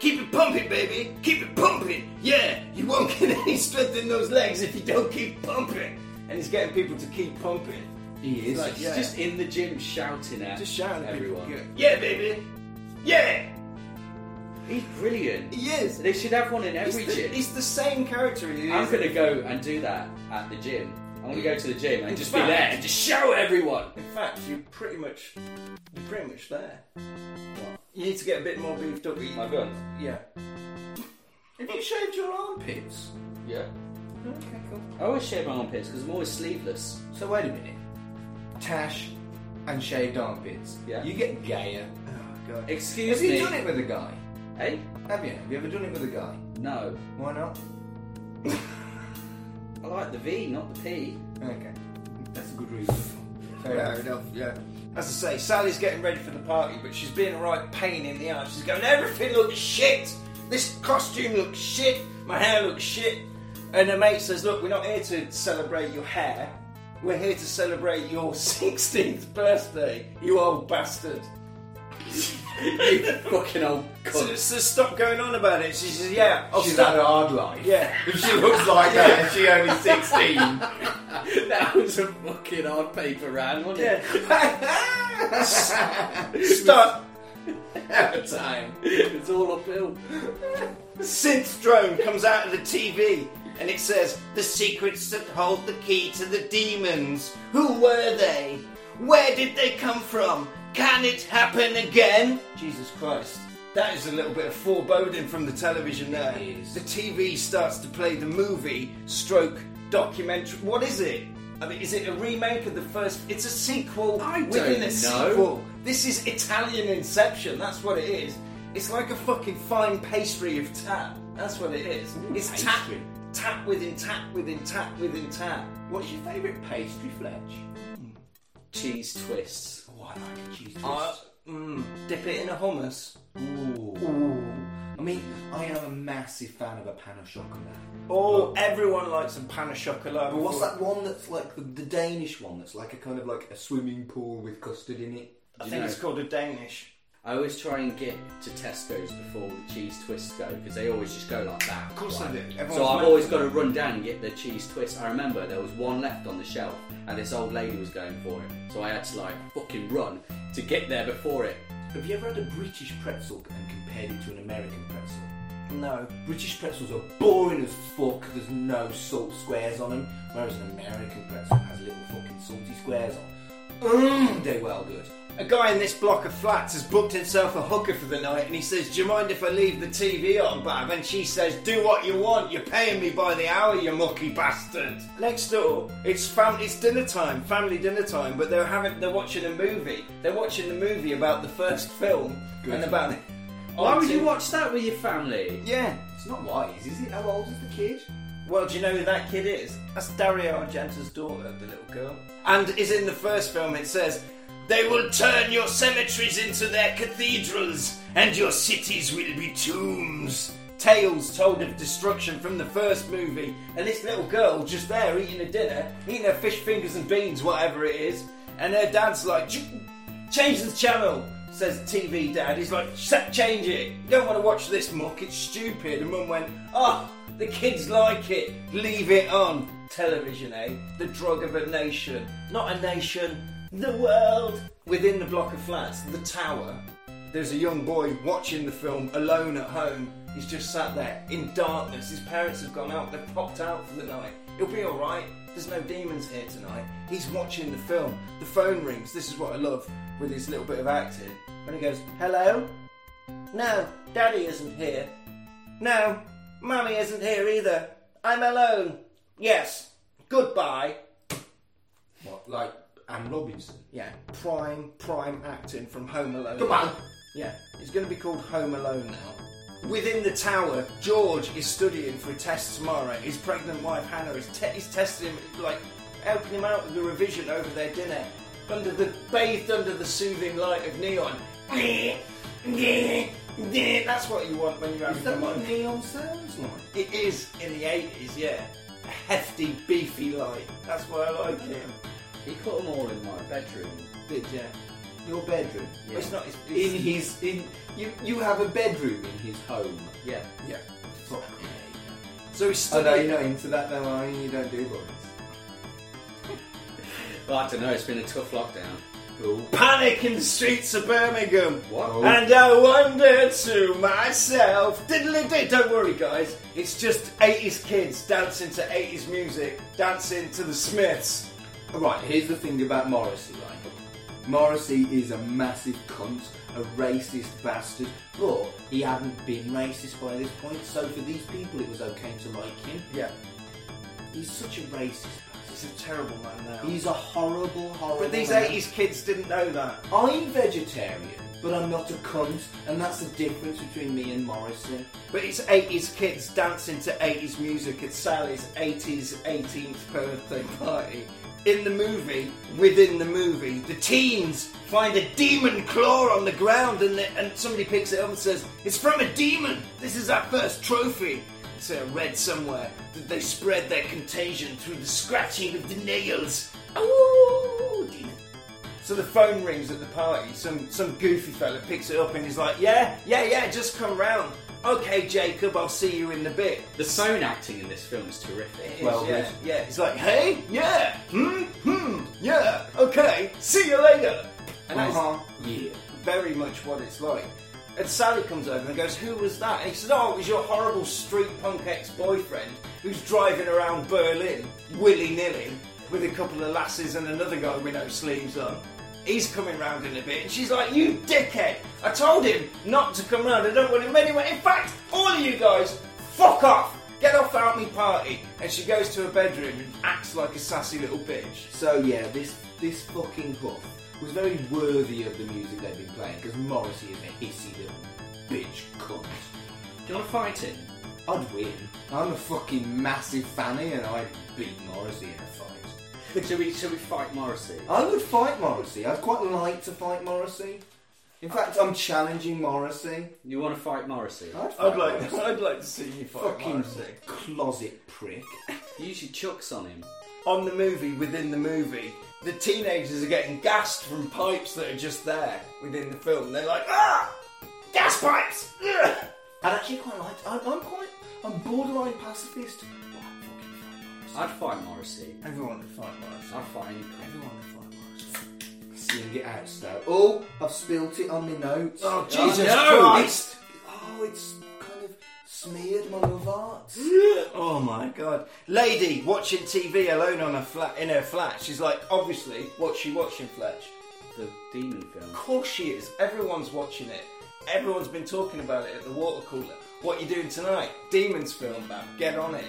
S4: Keep it pumping, baby! Keep it pumping! Yeah! You won't get any strength in those legs if you don't keep pumping! And he's getting people to keep pumping.
S5: He is.
S4: Like,
S1: He's
S4: yeah.
S1: just in the gym shouting at
S4: Just shouting at people.
S1: everyone.
S4: Yeah, baby! Yeah!
S1: He's brilliant.
S4: He is!
S1: They should have one in
S4: He's
S1: every
S4: the,
S1: gym.
S4: he's the same character he is.
S1: I'm gonna go and do that at the gym. I'm gonna go to the gym and
S4: In
S1: just
S4: fact-
S1: be there and just shout at everyone.
S4: In fact, you pretty much, you're pretty much there. You need to get a bit more beefed up.
S1: My gun.
S4: Yeah.
S5: Have you shaved your armpits?
S1: Yeah.
S5: Hmm, Okay, cool.
S1: I always shave my armpits because I'm always sleeveless.
S5: So wait a minute. Tash and shaved armpits.
S1: Yeah.
S5: You get gayer.
S4: Oh god.
S1: Excuse
S5: Have
S1: me.
S5: you done it with a guy?
S1: Hey?
S5: Have you? Have you ever done it with a guy?
S1: No.
S5: Why not?
S1: I like the V, not the P.
S5: Okay. That's a good reason. Fair
S4: Fair
S5: enough.
S4: enough. Yeah. As I say, Sally's getting ready for the party, but she's being a right pain in the ass. She's going, everything looks shit. This costume looks shit. My hair looks shit. And her mate says, look, we're not here to celebrate your hair. We're here to celebrate your 16th birthday, you old bastard.
S1: you fucking old
S4: So,
S1: cunt.
S4: so stop going on about it. She says, yeah, I'll
S5: She's
S4: stop.
S5: had a hard life.
S4: Yeah.
S5: If she looks like that and she only 16.
S1: that was a fucking odd paper round, wasn't it?
S4: Stop.
S5: At a time.
S1: it's all uphill.
S4: Synth drone comes out of the TV and it says, The secrets that hold the key to the demons. Who were they? Where did they come from? Can it happen again? Jesus Christ. That is a little bit of foreboding from the television there.
S5: It is.
S4: The TV starts to play the movie stroke documentary. What is it? I mean, is it a remake of the first? It's a sequel
S1: I don't
S4: within a
S1: know.
S4: sequel. This is Italian Inception. That's what it is. It's like a fucking fine pastry of tap. That's what it is. it's tap,
S5: pastry.
S4: tap within tap within tap within tap.
S5: What's your favourite pastry, Fletch?
S1: Cheese twists.
S5: Oh, I like a cheese twist.
S4: Uh, mm, dip it in a hummus.
S5: Ooh. I mean, I am a massive fan of a pan of chocolate.
S4: Oh, everyone likes a pan of chocolate.
S5: But what's that one that's like the, the Danish one that's like a kind of like a swimming pool with custard in it?
S4: I
S1: You
S4: think
S1: know.
S4: it's called a Danish.
S1: I always try and get to Tesco's before the cheese twists go because they always just go like that. Of
S5: course they do. Everyone's
S1: so I've
S5: mad
S1: always
S5: for
S1: got to run down and get the cheese twist. I remember there was one left on the shelf and this old lady was going for it, so I had to like fucking run to get there before it.
S5: Have you ever had a British pretzel and compared it to an American pretzel?
S4: No.
S5: British pretzels are boring as fuck. There's no salt squares on them, whereas an American pretzel has little fucking salty squares on. Mmm, they're well good.
S4: A guy in this block of flats has booked himself a hooker for the night and he says, Do you mind if I leave the TV on, Bab? And she says, Do what you want, you're paying me by the hour, you mucky bastard. Next door, it's fam- it's dinner time, family dinner time, but they're having they're watching a movie. They're watching the movie about the first film
S5: Good.
S4: and about
S1: Why
S4: on
S1: would
S4: to-
S1: you watch that with your family?
S4: Yeah.
S5: It's not wise, is it? How old is the kid?
S4: Well, do you know who that kid is? That's Dario Argento's daughter, the little girl. And is in the first film, it says, They will turn your cemeteries into their cathedrals, and your cities will be tombs. Tales told of destruction from the first movie. And this little girl just there eating a dinner, eating her fish fingers and beans, whatever it is. And her dad's like, "Ch- Change the channel, says TV dad. He's like, "Sa- change it. You don't want to watch this muck, it's stupid. And mum went, oh, the kids like it. Leave it on. Television, eh? The drug of a nation. Not a nation, the world. Within the block of flats, the tower, there's a young boy watching the film alone at home. He's just sat there in darkness. His parents have gone out, they've popped out for the night. He'll be alright. There's no demons here tonight. He's watching the film. The phone rings. This is what I love with his little bit of acting. And he goes, Hello? No, Daddy isn't here. No, Mummy isn't here either. I'm alone. Yes. Goodbye.
S5: What, like Anne Robinson?
S4: Yeah, prime, prime acting from Home Alone.
S5: Come on!
S4: Yeah, it's going to be called Home Alone now. Within the tower, George is studying for a test tomorrow. His pregnant wife Hannah is, te- is testing him, like helping him out with the revision over their dinner. Under the bathed under the soothing light of neon. That's what you want when you're having
S5: Is that
S4: a
S5: what
S4: moment.
S5: neon sounds like?
S4: It is in the eighties, yeah. A hefty, beefy light. That's why I like it.
S3: He cut them all in my bedroom.
S4: Did yeah.
S5: Your bedroom.
S3: Yeah.
S4: It's not. It's,
S5: In
S4: it's,
S5: his in you you have a bedroom in his home.
S3: Yeah.
S5: Yeah. Fuck me.
S4: so he's
S5: Oh no,
S4: studying.
S5: you're not into that though, are you? You don't do boys.
S1: Well, I don't know. It's been a tough lockdown.
S5: Ooh.
S4: Panic in the streets of Birmingham.
S1: What?
S5: Oh.
S4: And I wonder to myself, diddly dee. Don't worry, guys. It's just 80s kids dancing to 80s music, dancing to the Smiths.
S5: Right, here's the thing about Morrissey, right? Morrissey is a massive cunt, a racist bastard, but he hadn't been racist by this point, so for these people it was okay to like him.
S4: Yeah,
S5: He's such a racist bastard.
S4: he's a terrible man now.
S5: He's a horrible, horrible.
S4: but these
S5: man.
S4: 80s kids didn't know that.
S5: I'm vegetarian, but I'm not a cunt, and that's the difference between me and Morrissey.
S4: But it's 80s kids dancing to 80s music at Sally's 80s 18th birthday party. In the movie, within the movie, the teens find a demon claw on the ground and, they, and somebody picks it up and says, It's from a demon! This is our first trophy! So I read somewhere that they spread their contagion through the scratching of the nails. Oh, demon. So the phone rings at the party. Some some goofy fella picks it up and he's like, "Yeah, yeah, yeah, just come round." Okay, Jacob, I'll see you in the bit.
S1: The sound acting in this film is terrific.
S5: Well,
S4: yeah,
S5: it's-
S4: yeah. He's like, "Hey, yeah, hmm, hmm, yeah, okay, see you later." And that's
S5: Yeah.
S4: very much what it's like. And Sally comes over and goes, "Who was that?" And he says, "Oh, it was your horrible street punk ex-boyfriend who's driving around Berlin willy-nilly with a couple of lasses and another guy with no sleeves on." He's coming round in a bit, and she's like, "You dickhead! I told him not to come round. I don't want him anywhere. In fact, all of you guys, fuck off! Get off out me party!" And she goes to her bedroom and acts like a sassy little bitch.
S5: So yeah, this this fucking huff was very worthy of the music they've been playing because Morrissey is a hissy little bitch cunt.
S1: Do you want to fight him?
S5: I'd win. I'm a fucking massive fanny and I'd beat Morrissey in a fight.
S1: Should we, should we fight Morrissey?
S5: I would fight Morrissey. I'd quite like to fight Morrissey. In fact, I'm challenging Morrissey.
S1: You want to fight Morrissey?
S5: I'd, fight
S4: I'd like,
S5: Morrissey.
S4: I'd like to see you fight
S5: fucking
S4: Morrissey.
S5: closet prick.
S1: You should chucks on him.
S4: on the movie within the movie, the teenagers are getting gassed from pipes that are just there within the film. They're like, ah, gas pipes. Ugh!"
S5: I'd actually quite like. To, I'm, I'm quite. I'm borderline pacifist. But I'd fucking fight Morrissey.
S1: I'd fight Morrissey.
S4: Everyone would fight Morrissey.
S1: I'd fight him.
S4: Everyone would fight Morrissey.
S5: Sing it out, Stow. Oh, I've spilt it on my notes.
S4: Oh Jesus
S1: no.
S4: Christ!
S5: Oh, it's kind of smeared my love arts.
S4: Ugh. Oh my God! Lady watching TV alone on her flat in her flat. She's like, obviously, what's she watching, Fletch?
S1: The demon film.
S4: Of course she is. Everyone's watching it. Everyone's been talking about it at the water cooler. What you doing tonight? Demons film, man. Get on it.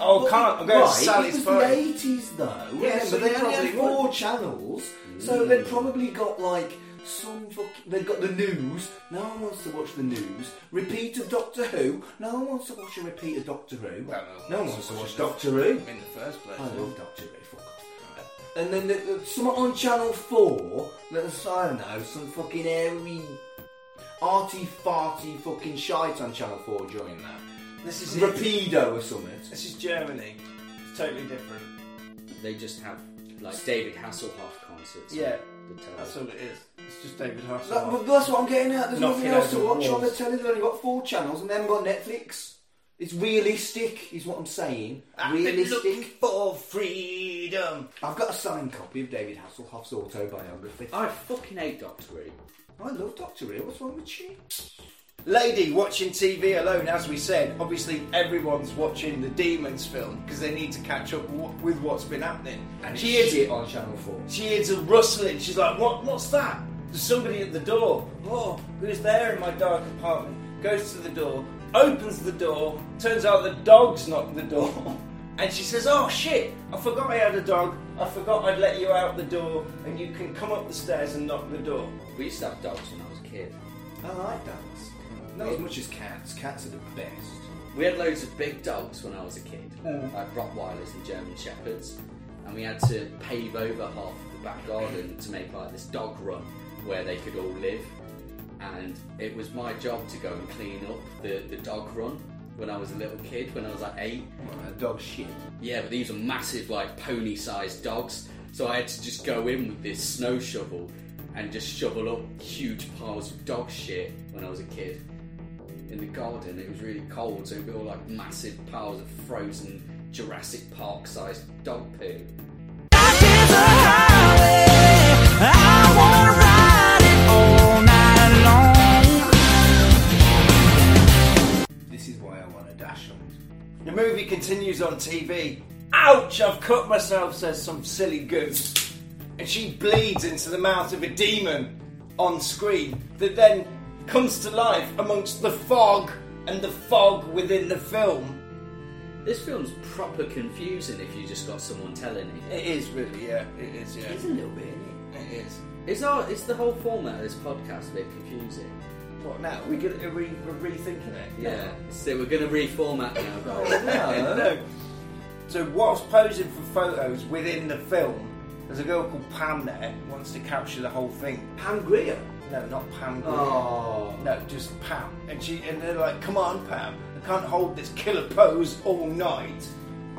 S4: Oh, can't. I'm going
S5: right,
S4: to Sally's
S5: it was
S4: party.
S5: the eighties though.
S4: Yeah,
S5: so
S4: but
S5: they
S4: they
S5: only
S4: probably
S5: had four Mm. channels, so they probably got like some fucking. They've got the news. No one wants to watch the news. Repeat of Doctor Who. No one wants to watch a repeat of Doctor Who.
S4: Well,
S5: no one wants to watch Doctor Who.
S4: in the first place.
S5: I love Doctor Who. Fuck off. And then the, the, some on Channel Four. Let's I don't know some fucking airy, arty farty fucking shite on Channel Four during that.
S4: This is it.
S5: Rapido or something.
S4: This is Germany. It's totally different.
S1: They just have like David Hasselhoff concerts.
S4: Yeah,
S1: The telly.
S4: that's all it is. It's just David
S5: That-
S4: Hasselhoff.
S5: but that's what I'm getting at. There's
S4: Knocking
S5: nothing else to
S4: over
S5: watch on the
S4: walls.
S5: telly. They've only got four channels and they haven't got Netflix. It's realistic, is what I'm saying.
S4: Ah,
S5: Realistic.
S4: for freedom.
S5: I've got a signed copy of David Hasselhoff's autobiography.
S4: Ah.
S5: I,
S1: I fucking hate Doctor Who.
S5: love Doctor Who. What's wrong with you?
S4: Lady watching TV alone, as we said. Obviously, everyone's watching the Demons film because they need to catch up w- with what's been happening. she is
S5: it on Channel Four.
S4: She hears a rustling. She's like, "What? What's that?" There's somebody at the door. Oh, who's there in my dark apartment? Goes to the door, opens the door, turns out the dog's knocked the door, and she says, Oh shit, I forgot I had a dog, I forgot I'd let you out the door, and you can come up the stairs and knock the door.
S1: We used to have dogs when I was a kid.
S5: I like dogs. Not as much as cats. Cats are the best.
S1: We had loads of big dogs when I was a kid, like Rottweilers and German Shepherds, and we had to pave over half of the back garden to make like this dog run where they could all live. And it was my job to go and clean up the, the dog run when I was a little kid, when I was like eight.
S5: Uh, dog shit.
S1: Yeah, but these were massive, like pony sized dogs. So I had to just go in with this snow shovel and just shovel up huge piles of dog shit when I was a kid. In the garden, it was really cold, so it'd be all like massive piles of frozen Jurassic Park sized dog poo.
S5: This is why I want to dash on.
S4: The movie continues on TV. Ouch, I've cut myself, says some silly goose. And she bleeds into the mouth of a demon on screen that then comes to life amongst the fog and the fog within the film.
S1: This film's proper confusing if you just got someone telling it.
S4: It is really, yeah, it is, yeah.
S1: It's a little bit, isn't
S4: It is.
S1: it? It's, all, it's the whole format of this podcast a bit confusing.
S4: What now? Are we gonna, are we, are we rethinking it?
S1: Yeah, so we're going to reformat now, guys.
S4: no, no. So whilst posing for photos within the film, there's a girl called Pam there who wants to capture the whole thing.
S5: Pam Grier.
S4: No, not Pam. Grier.
S5: Oh.
S4: No, just Pam. And she and they're like, "Come on, Pam! I can't hold this killer pose all night."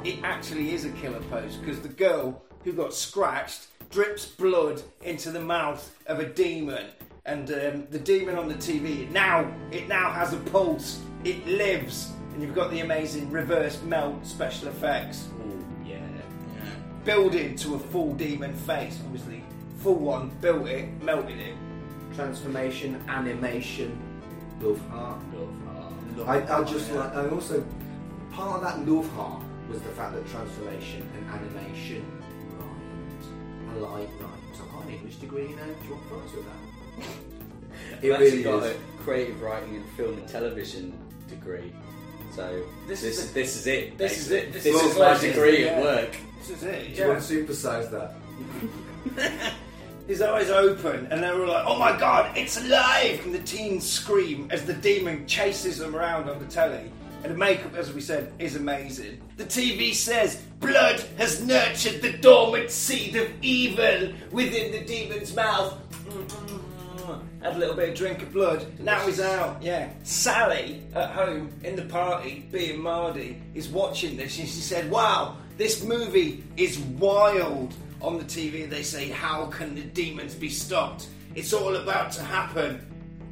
S4: It actually is a killer pose because the girl who got scratched drips blood into the mouth of a demon, and um, the demon on the TV now it now has a pulse. It lives, and you've got the amazing reverse melt special effects
S1: Ooh, yeah.
S4: building to a full demon face. Obviously, full one built it, melted it.
S5: Transformation, animation, love heart.
S1: Love
S5: I, I just like. I also part of that love heart was the fact that transformation and animation rhymed. I like rhymes. I've got an English degree now. Do you want fries with that? it
S1: I've
S5: really
S1: actually got
S5: is.
S1: a creative writing and film and television degree. So
S4: This
S1: this,
S4: is
S1: this,
S4: the-
S1: is it.
S4: this is
S1: basically.
S4: it. This
S1: This,
S4: is
S1: is my
S4: like it,
S1: degree
S4: yeah.
S1: at work.
S4: This is it.
S5: Do you want to supersize that?
S4: His eyes open, and they're all like, "Oh my god, it's alive!" And the teens scream as the demon chases them around on the telly. And the makeup, as we said, is amazing. The TV says, "Blood has nurtured the dormant seed of evil within the demon's mouth." Had a little bit of drink of blood. Now he's out. Yeah. Sally at home in the party, being Mardy, is watching this, and she said, "Wow, this movie is wild." on the TV they say, How can the demons be stopped? It's all about to happen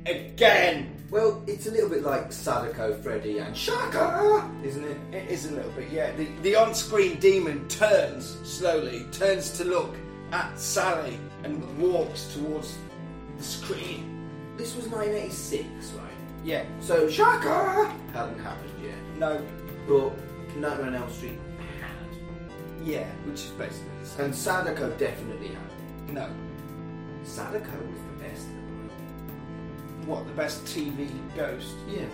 S4: again.
S5: Well, it's a little bit like Sadako, Freddy, and Shaka, isn't it?
S4: It is a little bit, yeah. The, the on screen demon turns slowly, turns to look at Sally, and walks towards the screen.
S5: This was 1986, right?
S4: Yeah,
S5: So Shaka hadn't happened yet,
S4: no,
S5: but Nightmare on Elm Street had,
S4: yeah, which is basically the same.
S5: and Sadako definitely had.
S4: No.
S5: Sadako was the best.
S4: What, the best TV ghost?
S5: Yeah,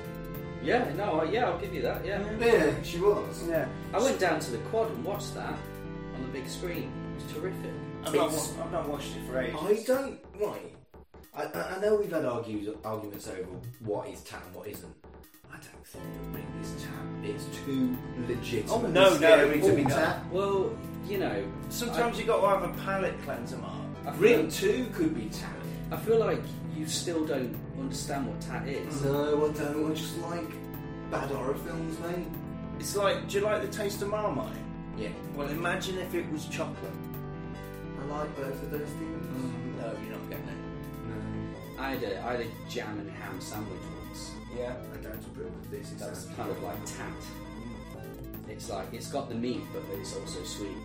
S1: Yeah, no, I- yeah, I'll give you that. Yeah,
S5: yeah, she was.
S4: Yeah.
S1: I went down to the quad and watched that on the big screen. It was terrific.
S4: I've not,
S5: It's-
S4: wa- I've not watched it for ages.
S5: I don't right. I, I I know we've had argues, arguments over what is tan, what isn't. I don't think the ring is tan. It's too legitimate.
S4: Oh, no, no,
S5: scary
S4: oh,
S5: to be
S4: no.
S5: tan.
S1: Well, you know,
S4: Sometimes you've got to have a palate cleanser, Mark.
S5: Ring two could be tan.
S1: I feel like you still don't understand what tat
S5: Mm.
S1: is.
S5: No, I don't. I just like bad horror films, mate.
S4: It's like, do you like the taste of Marmite?
S5: Yeah,
S4: Well, imagine if it was chocolate.
S5: I like both of those things.
S1: Mm,
S4: No, you're not getting it.
S1: I had a, I had a jam and ham sandwich once.
S4: Yeah.
S5: I don't approve of this. It's
S1: That's
S5: actually-
S1: kind of like tat. It's like it's got the meat, but it's also sweet.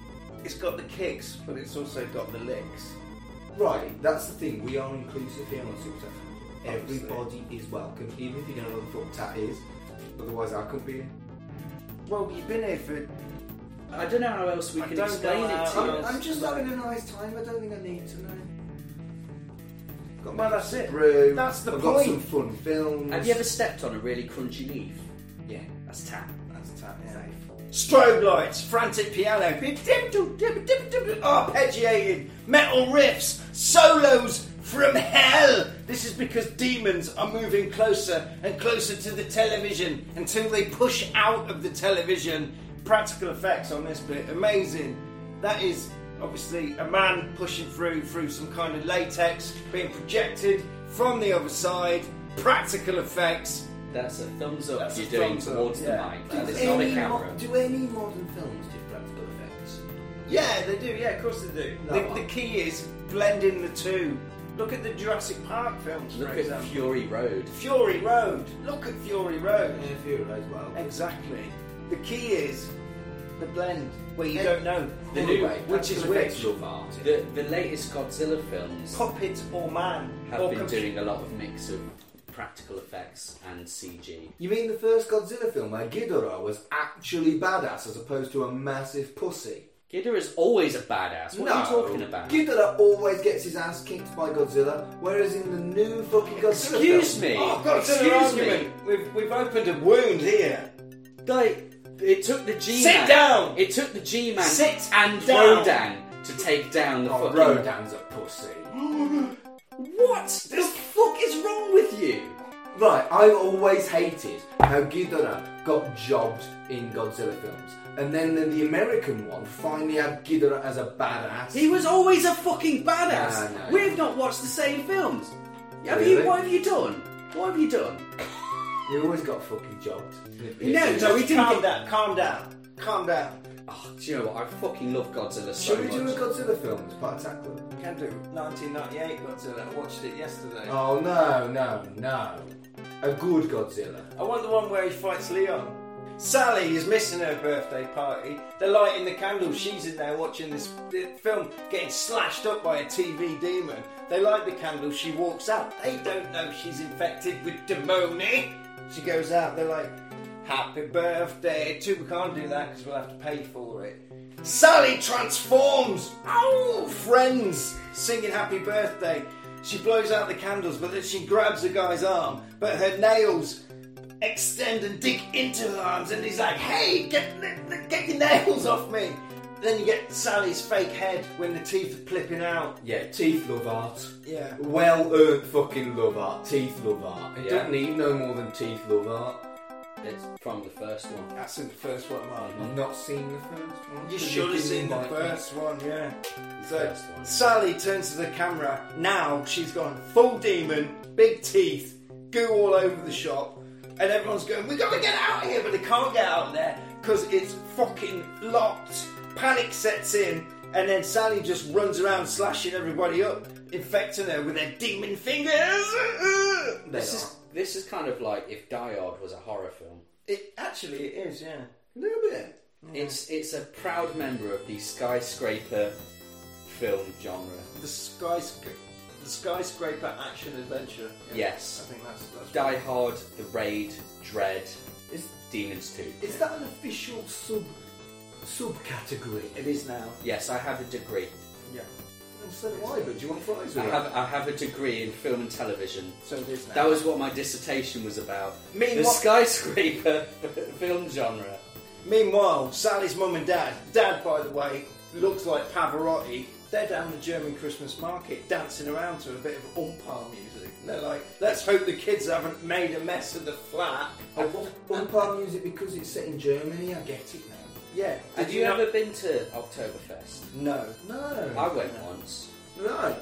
S4: It's got the kicks, but it's also got the licks.
S5: Right, that's the thing. We are inclusive here on Super Tat. Everybody is welcome, even if you don't know what the fuck tat is. Otherwise, I could be here.
S4: Well, you've been here for.
S1: I don't know how else we
S4: I
S1: can
S4: don't
S1: explain
S4: know
S1: it to
S4: how
S1: you.
S4: else-
S5: I'm just having a nice time. I don't think I need to know. Got
S4: Well, that's it.
S5: brew.
S4: That's the
S5: I've
S4: point.
S5: got some fun films.
S1: Have you ever stepped on a really crunchy leaf?
S5: Yeah,
S1: That's tap.
S5: that's tap safe.
S4: Strobe lights, frantic piano, arpeggiated metal riffs, solos from hell. This is because demons are moving closer and closer to the television until they push out of the television. Practical effects on this bit, amazing. That is obviously a man pushing through through some kind of latex, being projected from the other side. Practical effects.
S1: That's a thumbs up
S4: That's a
S1: you're doing
S4: thumbs up,
S1: towards
S4: yeah.
S1: the mic. That
S5: do,
S1: is not a
S5: any mo-
S1: camera.
S5: do any modern films do practical effects?
S4: Yeah, they do. Yeah, of course they do.
S5: No.
S4: The, the key is blending the two. Look at the Jurassic Park films,
S1: Look
S4: for
S1: at
S4: example.
S1: Fury Road.
S4: Fury Road. Look at Fury Road.
S5: Yeah, Fury as well.
S4: Exactly. The key is the blend where you
S5: Yeah.
S4: don't know
S1: The
S5: Anyway,
S1: new,
S5: that's
S4: which is
S5: an
S4: which.
S5: effects love art.
S1: The, the latest Godzilla films
S4: puppet or man
S1: have
S4: or
S1: been
S4: compu-
S1: doing a lot of mix of practical effects and CG.
S5: You mean the first Godzilla film where Ghidorah was actually badass as opposed to a massive pussy?
S1: Ghidorah is always a badass. What
S5: no.
S1: are you talking about?
S5: Ghidorah always gets his ass kicked by Godzilla, whereas in the new fucking Godzilla
S1: Excuse
S5: film,
S1: me.
S4: Oh, I've got another
S1: Excuse me.
S4: argument. We've we've opened a wound here.
S1: Like, it took the
S4: Sit
S1: G-Man.
S4: down!
S1: It took the G-Man
S4: Sit
S1: and
S4: down!
S1: Rodan to take down the
S5: Oh,
S1: fucking...
S5: Rodan's a pussy.
S1: What the fuck is wrong with you?
S5: Right, I've always hated how Ghidorah got jobbed in Godzilla films. And then the, the American one finally had Ghidorah as a badass.
S1: He was always a fucking badass.
S5: No, no.
S1: We've not watched the same films. Have
S5: Really?
S1: you? What have you done? What have you done?
S5: He always got fucking jobbed.
S1: No,
S4: So
S1: no,
S4: we
S1: we
S4: didn't
S1: didn't
S4: calm
S1: get.
S4: down. Calm down. Calm down.
S1: Oh, do you know what? I fucking love Godzilla so
S5: Should we
S1: much.
S5: do a Godzilla film as part of Tackler?
S4: Can do. 1998 Godzilla. uh, I watched it yesterday.
S5: Oh no, no, no. A good Godzilla.
S4: I want the one where he fights Leon. Sally is missing her birthday party. They're lighting the candles. She's in there watching this th- film, getting slashed up by a TV demon. They light the candles. She walks out. They don't know she's infected with demoni. She goes out. They're like, "Happy birthday!" Too, we can't do that because we'll have to pay for it. Sally transforms. Oh, friends singing happy birthday. She blows out the candles, but then she grabs the guy's arm. But her nails extend and dig into her arms, and he's like, "Hey, get get your nails off me!" Then you get Sally's fake head when the teeth are flipping out.
S5: Yeah, teeth love art.
S4: Yeah.
S5: Well earned fucking love art. Teeth love art. It
S1: Yeah.
S5: don't need no more than teeth love art.
S1: It's from the first one.
S4: That's in the first one, Mark.
S5: I've not seen the first one.
S4: You should have seen the
S5: Like-
S4: first one, yeah. So
S1: First one.
S4: Sally turns to the camera. Now she's gone full demon, big teeth, goo all over the shop, and everyone's going, "We gotta get out of here!" But they can't get out there because it's fucking locked. Panic sets in, and then Sally just runs around slashing everybody up, infecting her with her demon fingers.
S1: This is this is kind of like if Diod was a horror film.
S4: It actually it is, yeah.
S5: A little bit.
S1: It's it's a proud member of the skyscraper film genre.
S4: The skyscraper, the skyscraper action adventure.
S1: Yes.
S4: I think that's that's
S1: Die Hard, The Raid, Dread, is Demons 2.
S5: Is that an official sub subcategory?
S4: It is now.
S1: Yes, I have a degree.
S4: Yeah.
S5: So do I, but do you want fries
S1: I
S5: with
S1: have I have a degree in film and television.
S4: So it is now.
S1: That was what my dissertation was about.
S4: Mean
S1: the
S4: what-
S1: skyscraper film genre.
S4: Meanwhile, Sally's mum and dad, dad by the way, looks like Pavarotti. They're down the German Christmas market dancing around to a bit of umpa music. They're like, let's hope the kids haven't made a mess of the flat.
S5: I want umpire music because it's set in Germany. I get it now.
S4: Yeah.
S1: Have you, ever been to Oktoberfest?
S4: No.
S5: No.
S1: I went once.
S5: Right.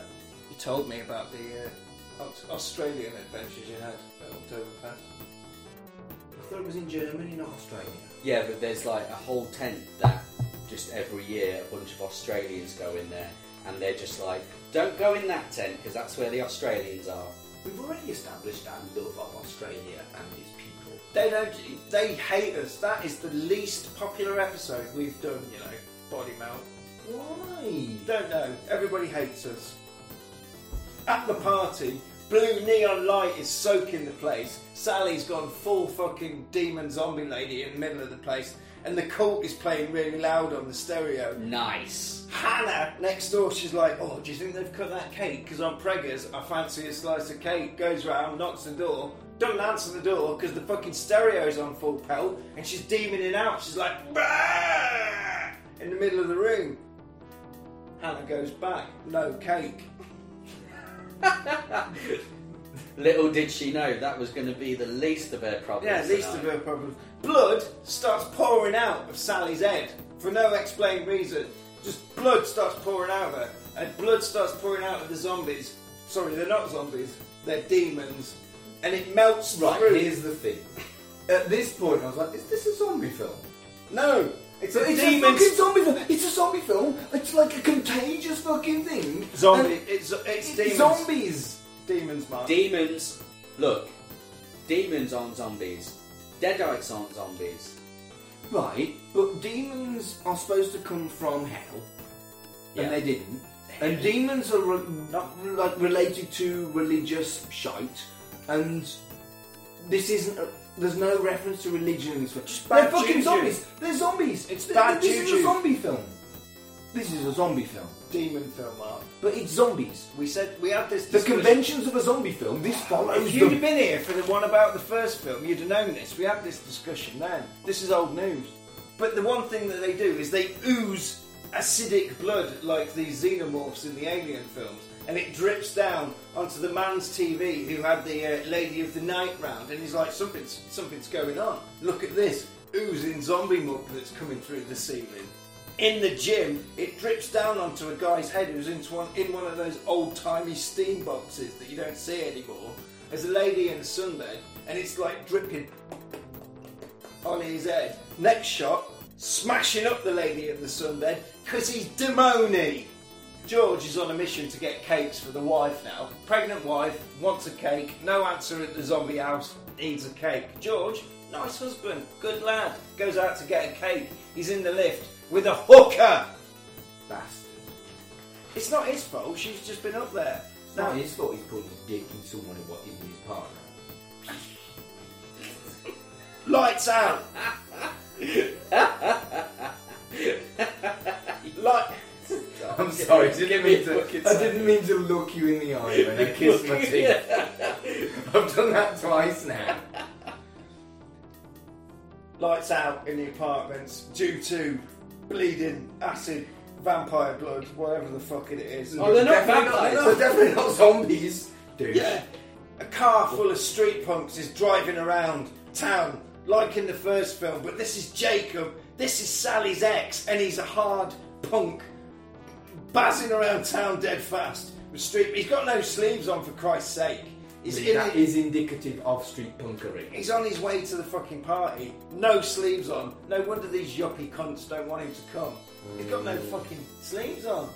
S4: You told me about the uh, Aus- Australian adventures you had at Oktoberfest.
S5: I thought it was in Germany, not Australia.
S1: Yeah, but there's like a whole tent that just every year a bunch of Australians go in there and they're just like, don't go in that tent because that's where the Australians are.
S5: We've already established our love of Australia and its people.
S4: They don't. They hate us. That is the least popular episode we've done. You know, body melt.
S5: Why?
S4: Don't know. Everybody hates us. At the party, blue neon light is soaking the place. Sally's gone full fucking demon zombie lady in the middle of the place, and the cult is playing really loud on the stereo.
S1: Nice.
S4: Hannah next door, she's like, "Oh, do you think they've cut that cake? Because I'm preggers, I fancy a slice of cake." Goes round, knocks the door. Doesn't answer the door because the fucking stereo's on full pelt and she's demoning it out. She's like, "Bah!" in the middle of the room. Hannah goes back, no cake.
S3: Little did she know that was going to be the least of her problems.
S4: Yeah, least of
S3: tonight.
S4: her problems. Blood starts pouring out of Sally's head for no explained reason. Just blood starts pouring out of her, and blood starts pouring out of the zombies. Sorry, they're not zombies; they're demons, and it melts
S5: Right,
S4: through.
S5: here's the thing. At this point, I was like, is this a zombie film?
S4: No, it's
S5: So
S4: a
S5: it's
S4: demon.
S5: a fucking zombie film. It's a zombie film. It's like a contagious fucking thing.
S4: zombie.
S5: And
S4: It's, it's
S5: it's
S4: demons.
S5: zombies.
S4: Demons, Mark.
S3: Demons, look, demons aren't zombies. Deadites aren't zombies.
S5: Right, but demons are supposed to come from hell,
S3: Yeah.
S5: and they didn't. And demons are re- not re- like related to religious shite, and this isn't. A, there's no reference to religion in this film.
S4: bad
S5: They're fucking
S4: juju.
S5: zombies. They're zombies.
S4: It's
S5: Th-
S4: bad
S5: This is
S4: juju.
S5: a zombie film. This is a zombie film,
S4: Demon film, Mark.
S5: but it's zombies.
S4: We said we had this.
S5: The
S4: discussion-
S5: conventions of a zombie film. This follows
S4: If you'd have
S5: them.
S4: been here for the one about the first film, you'd have known this. We had this discussion then. This is old news. But the one thing that they do is they ooze acidic blood like the xenomorphs in the Alien films, and it drips down onto the man's TV who had the uh, Lady of the Night round, and he's like, something's something's going on. Look at this oozing zombie muck that's coming through the ceiling. In the gym, it drips down onto a guy's head who's into one, in one of those old timey steam boxes that you don't see anymore. There's a lady in a sunbed, and it's like dripping on his head. Next shot, smashing up the lady in the sunbed because he's demony. George is on a mission to get cakes for the wife now. Pregnant wife, wants a cake, no answer at the zombie house, needs a cake. George, nice husband, good lad, goes out to get a cake. He's in the lift with a hooker.
S5: Bastard.
S4: It's not his fault, she's just been up there.
S5: It's
S4: Now,
S5: not his fault he's putting his dick in someone who isn't his partner.
S4: lights out. Light.
S5: I'm sorry, I
S3: Give
S5: didn't,
S3: me
S5: mean
S3: a
S5: to,
S3: fucking
S5: I didn't mean to look you in the eye when I kissed my teeth. I've done that twice now.
S4: lights out in the apartments due to bleeding acid, vampire blood, whatever the fuck it is.
S3: Oh, they're not
S5: Definitely
S3: vampires.
S5: They're definitely not zombies, dude.
S4: Yeah. A car full of street punks is driving around town like in the first film, but this is Jacob, this is Sally's ex, and he's a hard punk buzzing around town dead fast with street. He's got no sleeves on for Christ's sake. He's in
S5: That
S4: the-
S5: is indicative of street punkery.
S4: He's on his way to the fucking party, no sleeves on. No wonder these yuppie cunts don't want him to come. He's got no fucking sleeves on.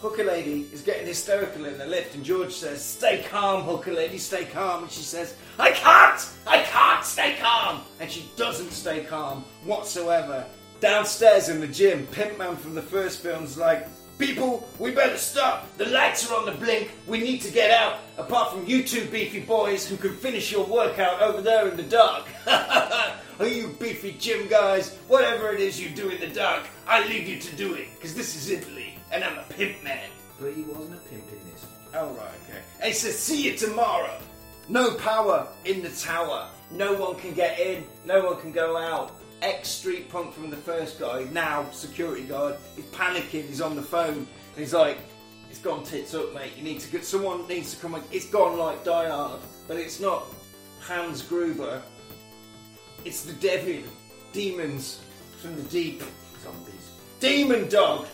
S4: Hooker lady is getting hysterical in the lift, and George says, "Stay calm, hooker lady, stay calm." And she says, "I can't, I can't stay calm," and she doesn't stay calm whatsoever. Downstairs in the gym, Pimp Man from the first film's like, "People, we better stop. The lights are on the blink. We need to get out. Apart from you two beefy boys who can finish your workout over there in the dark. Are you beefy gym guys? Whatever it is you do in the dark, I leave you to do it, because this is Italy, and I'm a pimp man.
S5: But he wasn't a pimp in this one.
S4: All right, okay. And he says, "See you tomorrow." No power in the tower. No one can get in. No one can go out. Ex street punk from the first guy, now security guard, is panicking. He's on the phone. And he's like, "It's gone tits up, mate. You need to get someone needs to come. and- It's gone like Die Hard, but it's not Hans Gruber. It's the devil, demons from the deep.
S5: Zombies.
S4: Demon dog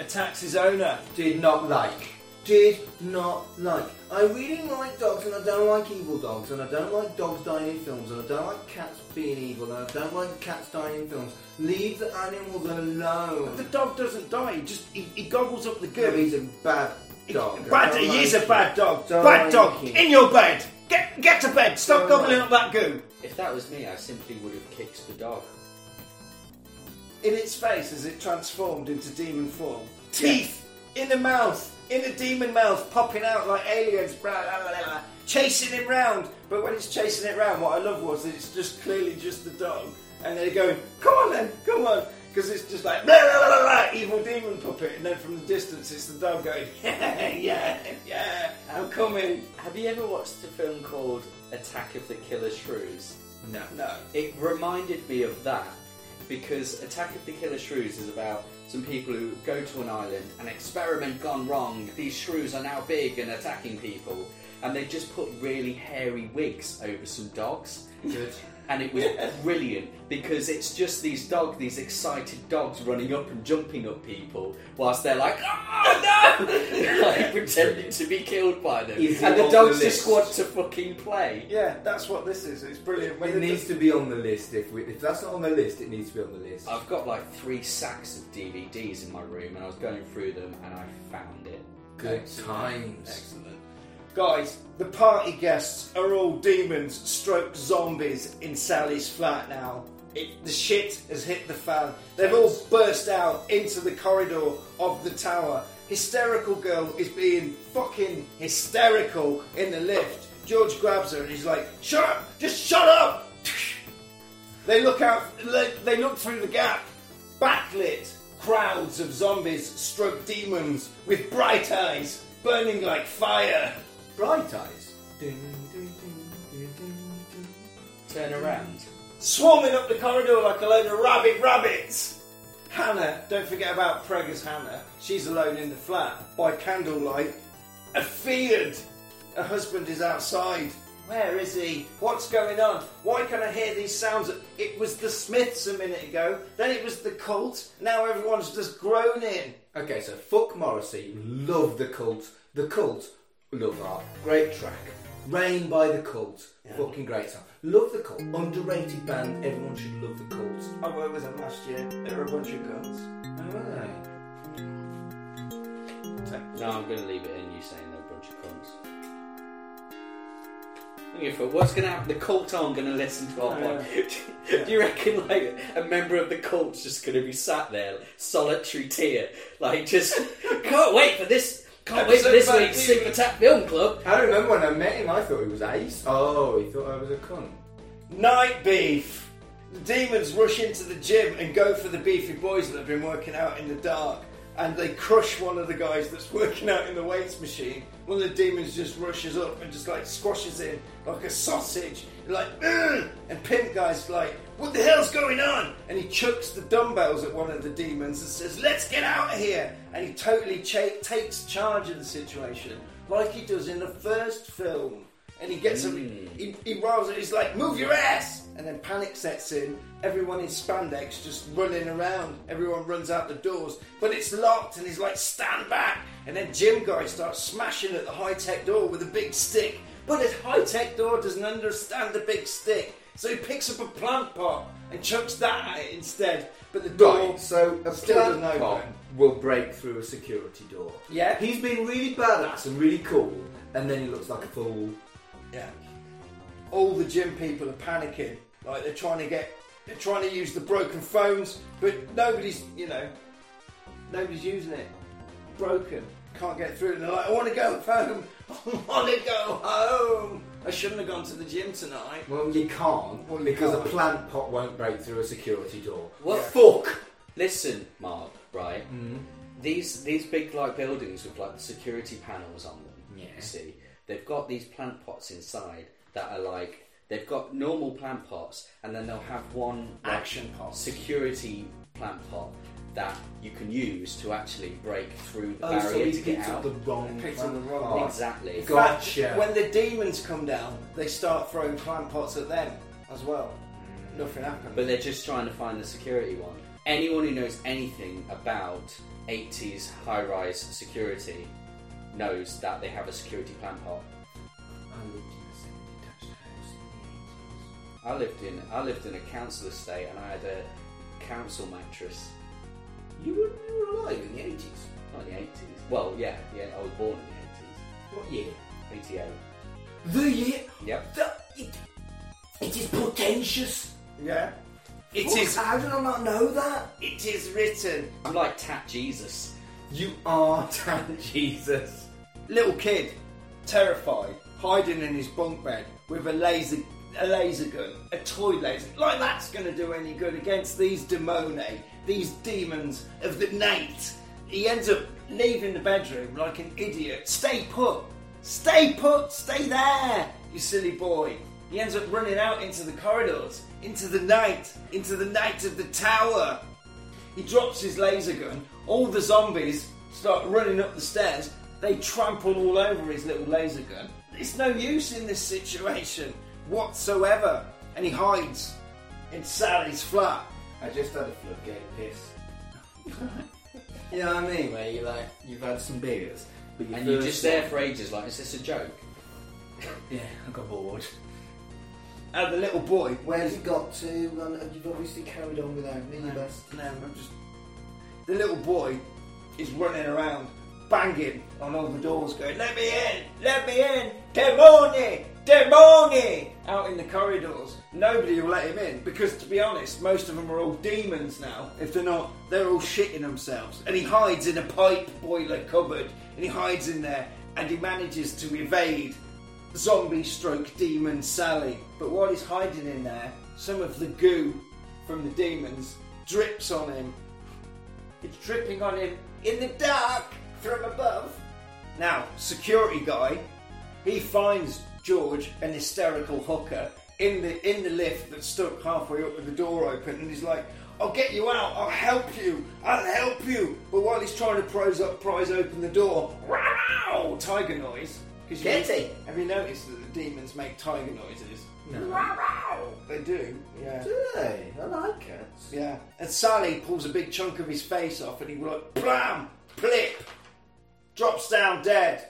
S4: attacks his owner.
S5: Did not like. Did not like. I really like dogs and I don't like evil dogs and I don't like dogs dying in films and I don't like cats being evil and I don't like cats dying in films. Leave the animals alone.
S4: The dog doesn't die. He just he, he gobbles up the
S5: No,
S4: good.
S5: he's a bad dog. I
S4: bad.
S5: don't
S4: He
S5: like
S4: is a
S5: him.
S4: bad dog.
S5: Don't
S4: bad
S5: like
S4: dog.
S5: him.
S4: In your bed. Get get to bed. Stop
S5: Don't
S4: gobbling
S5: like-
S4: up that goo.
S3: If that was me, I simply would have kicked the dog.
S4: In its face as it transformed into demon form. Teeth in the mouth. In the demon mouth, popping out like aliens. Blah, blah, blah, blah. Chasing him round. But when it's chasing it round, what I love was that it's just clearly just the dog. And they're going, come on then, come on. because it's just like blah, blah, blah, blah, blah, evil demon puppet, and then from the distance it's the dog going, yeah, yeah, yeah, I'm coming.
S1: Um, Have you ever watched a film called Attack of the Killer Shrews?
S6: No.
S4: No,
S1: It reminded me of that because Attack of the Killer Shrews is about some people who go to an island, an experiment gone wrong, these shrews are now big and attacking people, and they just put really hairy wigs over some dogs.
S5: Good.
S1: And it was brilliant because it's just these dogs, these excited dogs running up and jumping up people whilst they're like, oh no! like pretending to be killed by them.
S5: Is it
S1: and the
S5: on
S1: dogs
S5: the
S1: just want
S5: list?
S1: to fucking play.
S4: yeah, that's what this is. It's brilliant. When
S5: It
S4: the-
S5: needs to be on the list. If we, if that's not on the list, it needs to be on the list.
S1: I've got like three sacks of DVDs in my room, and I was going through them and I found it.
S5: Good times.
S1: Excellent.
S4: Guys, the party guests are all demons, stroke zombies in Sally's flat now. It, the shit has hit the fan. They've all burst out into the corridor of the tower. Hysterical girl is being fucking hysterical in the lift. George grabs her and he's like, "Shut up! Just shut up!" They look out. look- They look through the gap. Backlit crowds of zombies, stroke demons with bright eyes, burning like fire.
S5: Bright eyes.
S1: Turn around.
S4: swarming up the corridor like a load of rabid rabbits. Hannah, don't forget about Preggers Hannah. She's alone in the flat by candlelight, afeared. Her husband is outside. Where is he? What's going on? Why can I hear these sounds? It was the Smiths a minute ago, then it was the cult, now everyone's just groaning.
S5: Okay, so fuck Morrissey. Love the cult. The cult. Love art. Great track. Rain by the cult. Fucking great song. Love the cult. Underrated band. Everyone should love the cult.
S4: I worked with them last year. They were a bunch of girls.
S5: Alright.
S1: No, I'm going to leave it in you saying they're a bunch of cunts. Think if it- What's going to happen? The cult aren't going to listen to our
S4: No.
S1: podcast. Do you reckon, like, a member of the cult's just going to be sat there, solitary tear, like, just can't wait for this, can't wait for
S4: Episode
S1: this
S4: about
S1: week's
S4: TV.
S1: Super Tap Film Club?
S5: I remember when I met him, I thought he was ace. Oh, he thought I was a cunt.
S4: Night beef. The demons rush into the gym and go for the beefy boys that have been working out in the dark, and they crush one of the guys that's working out in the weights machine. One of the demons just rushes up and just like squashes in like a sausage, like "Ugh!" and pimp guy's like, "What the hell's going on?" And he chucks the dumbbells at one of the demons and says, "Let's get out of here!" And he totally cha- takes charge of the situation, like he does in the first film and he gets him.
S5: Mm.
S4: He, he riles it. He's like, "Move your ass!" And then panic sets in. Everyone in spandex just running around. Everyone runs out the doors, but it's locked. And he's like, "Stand back!" And then Jim guy starts smashing at the high tech door with a big stick. But his high tech door doesn't understand the big stick, so he picks up a plant pot and chucks that at it instead. But the door.
S5: Right, so a
S4: Still
S5: plant
S4: doesn't open.
S5: pot will break through a security door.
S4: Yeah.
S5: He's been really badass and really cool, and then he looks like a fool.
S4: Yeah. All the gym people are panicking. Like they're trying to get, they're trying to use the broken phones, but nobody's, you know, nobody's using it. Broken. Can't get through. And they're like, I want to go home. I want to go home. I shouldn't have gone to the gym tonight.
S5: Well, you can't,
S4: Well, you
S5: because
S4: can't.
S5: a plant pot won't break through a security door.
S1: What?
S5: Fuck!
S1: Listen, Mark, right?
S5: Mm.
S1: These these big like buildings with like the security panels on them.
S5: Yeah.
S1: You see, they've got these plant pots inside that are like they've got normal plant pots, and then they'll have one like,
S4: Action pot.
S1: security plant pot that you can use to actually break through the
S5: Oh,
S1: barrier
S5: so he
S1: to get
S5: picked up
S1: out.
S5: the wrong
S4: Picked
S5: plant
S4: up the wrong
S5: pot.
S4: one.
S1: Exactly.
S5: Got- Gotcha.
S4: But When the demons come down, they start throwing plant pots at them as well. Nothing happens.
S1: But they're just trying to find the security one. Anyone who knows anything about 80s high rise security knows that they have a security plant pot.
S5: I lived in a semi-detached house
S1: I lived in I lived in a council estate and I had a council mattress.
S5: in the 80s. You were, you were alive in the 80s.
S1: Not in the eighties. Well, yeah, yeah, I was born in the
S5: What year?
S1: eighties. Eighty eight.
S5: The year?
S1: Yep.
S5: The, it, it is portentous.
S4: yeah. It
S5: Fuck,
S4: is.
S5: How did I not know that?
S4: It is written.
S1: I'm like Tat Jesus.
S5: You are Dan Jesus.
S4: Little kid, terrified, hiding in his bunk bed with a laser, a laser gun, a toy laser. Like that's going to do any good against these demone. these demons of the night. He ends up leaving the bedroom like an idiot. Stay put! Stay put! Stay there! You silly boy. He ends up running out into the corridors, into the night, into the night of the tower. He drops his laser gun. All the zombies start running up the stairs. They trample all over his little laser gun. It's no use in this situation whatsoever. And he hides in Sally's flat.
S5: I just had a floodgate piss.
S4: You know what I mean?
S5: Anyway, you like you've had some beers, but
S1: And you're just there for ages, like, is this a joke?
S5: Yeah, I got bored.
S4: And the little boy.
S5: Where's it got to? And you've obviously carried on without me,
S4: No,
S5: best.
S4: no, I'm just. The little boy is running around, banging on all the doors, going, Let me in! Let me in! Demone! Demone! Out in the corridors. Nobody will let him in because, to be honest, most of them are all demons now. If they're not, they're all shitting themselves. And he hides in a pipe boiler cupboard and he hides in there and he manages to evade zombie stroke demon Sally. But while he's hiding in there, some of the goo from the demons drips on him. It's dripping on him in the dark from above. Now, security guy, he finds George, an hysterical hooker, in the in the lift that's stuck halfway up with the door open, and he's like, "I'll get you out. I'll help you. I'll help you." But while he's trying to prise up, prise open the door, wow, tiger noise. 'Cause you-
S5: Kitty.
S4: Have you noticed that the demons make tiger noises? They do. Yeah.
S5: Do they? I like cats.
S4: Yeah, and Sally pulls a big chunk of his face off, and he like blam, plip, drops down dead.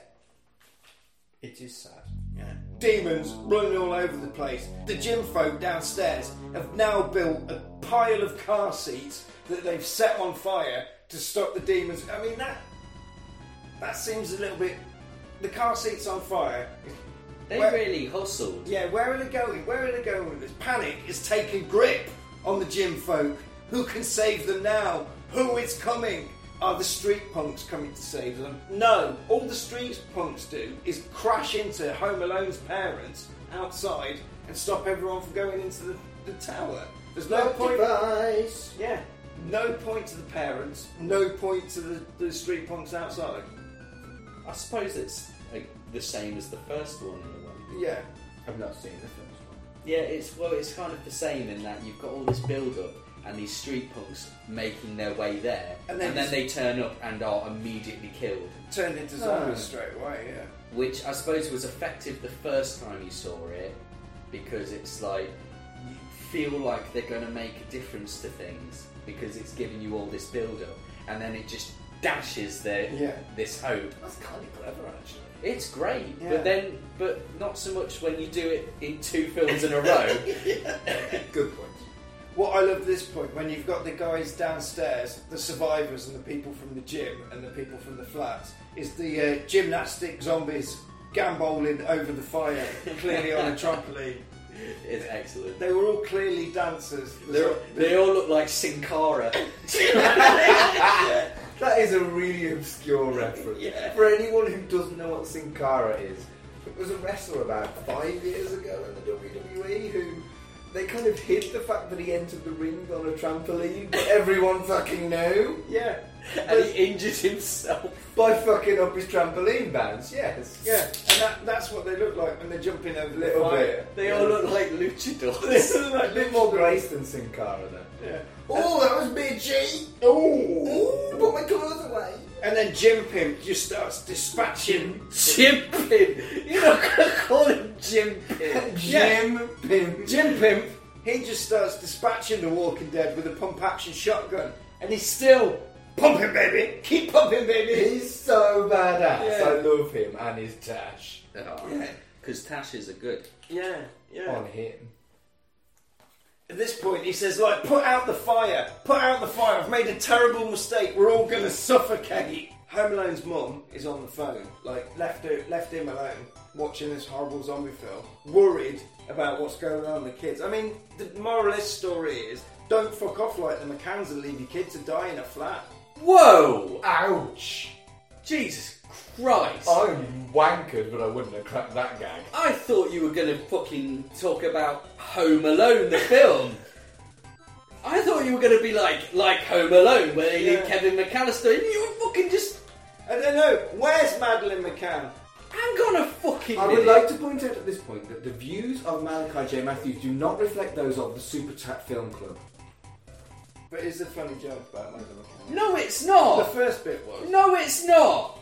S5: It is sad.
S4: Demons running all over the place. The gym folk downstairs have now built a pile of car seats that they've set on fire to stop the demons. I mean that that seems a little bit. The car seats on fire.
S1: They
S4: Well-
S1: really hustled.
S4: Yeah, where are they going? Where are they going with this? Panic is taking grip on the gym folk. Who can save them now? Who is coming? Are the street punks coming to save them? No. All the street punks do is crash into Home Alone's parents outside and stop everyone from going into the, the tower. There's no point.
S5: Device.
S4: Yeah. No point to the parents. No point to the, the street punks outside.
S1: I suppose it's like, the same as the first one in a way.
S4: Yeah.
S5: I've not seen the first one.
S1: Yeah, it's well, it's kind of the same in that you've got all this build-up and these street punks making their way there,
S4: And
S1: and
S4: then
S1: then, they turn up and are immediately killed.
S4: Turned into zombies straight away. Yeah.
S1: Which I suppose was effective the first time you saw it, because it's like you feel like they're going to make a difference to things because it's giving you all this build-up, and then it just dashes their
S4: Yeah.
S1: this hope.
S5: That's kind of clever, actually.
S1: It's great,
S4: Yeah.
S1: but then, but not so much when you do it in two films in a row.
S5: Good point.
S4: What I love at this point, when you've got the guys downstairs, the survivors and the people from the gym and the people from the flats, is the uh, gymnastic zombies gamboling over the fire, clearly on a trampoline.
S1: It's excellent.
S4: They were all clearly dancers.
S1: They're, they all look like Sin Cara.
S5: That is a really obscure reference.
S4: Yeah.
S5: For anyone who doesn't know what Sin Cara is, it was a wrestler about five years ago in the WWE who they kind of hid the fact that he entered the ring on a trampoline, but everyone fucking knew
S4: yeah,
S1: and he injured himself.
S5: by fucking up his trampoline bounce. Yes.
S4: yeah, and that, that's what they look like when they're jumping over the
S5: Little
S4: fire.
S5: bit.
S1: They all look like luchadors.
S5: a bit more grace than Sin Cara then.
S4: Yeah.
S5: Oh, that was bitchy. Oh, put my clothes away.
S4: And then Jim Pimp just starts dispatching.
S1: Jim Pimp. You're not going to call him Jim Pimp.
S4: Yeah.
S5: Jim Pimp.
S4: Jim Pimp, he just starts dispatching the Walking Dead with a pump action shotgun, and he's still pumping, baby. Keep pumping, baby.
S5: He's so badass.
S4: Yeah.
S5: I love him and his dash.
S1: Because Tashes are good.
S4: Yeah,
S5: on him.
S4: At this point, he says, "Like, put out the fire. Put out the fire. I've made a terrible mistake. We're all gonna suffocate." Home Alone's mum is on the phone, like left her, left him alone, watching this horrible zombie film, worried about what's going on with the kids. I mean, the moral of this story is: don't fuck off like the McCanns and leave your kids to die in a flat.
S1: Whoa!
S5: Ouch!
S1: Jesus Christ!
S5: I'm wankered, but I wouldn't have cracked that gag.
S1: I thought you were going to fucking talk about Home Alone, the film.
S3: I thought you were going to be like like Home Alone, where they
S4: Yeah.
S3: need Kevin McAllister, and you were fucking just.
S4: I don't know. Where's Madeline McCann?
S3: I'm gonna fucking.
S5: I would
S3: minute.
S5: like to point out at this point that the views of Malachi J. Matthews do not reflect those of the Super Tat Film Club.
S4: But is the funny joke about Madeline McCann?
S3: No, it's
S1: Oh.
S4: The
S3: not.
S4: first bit was.
S3: No, it's not.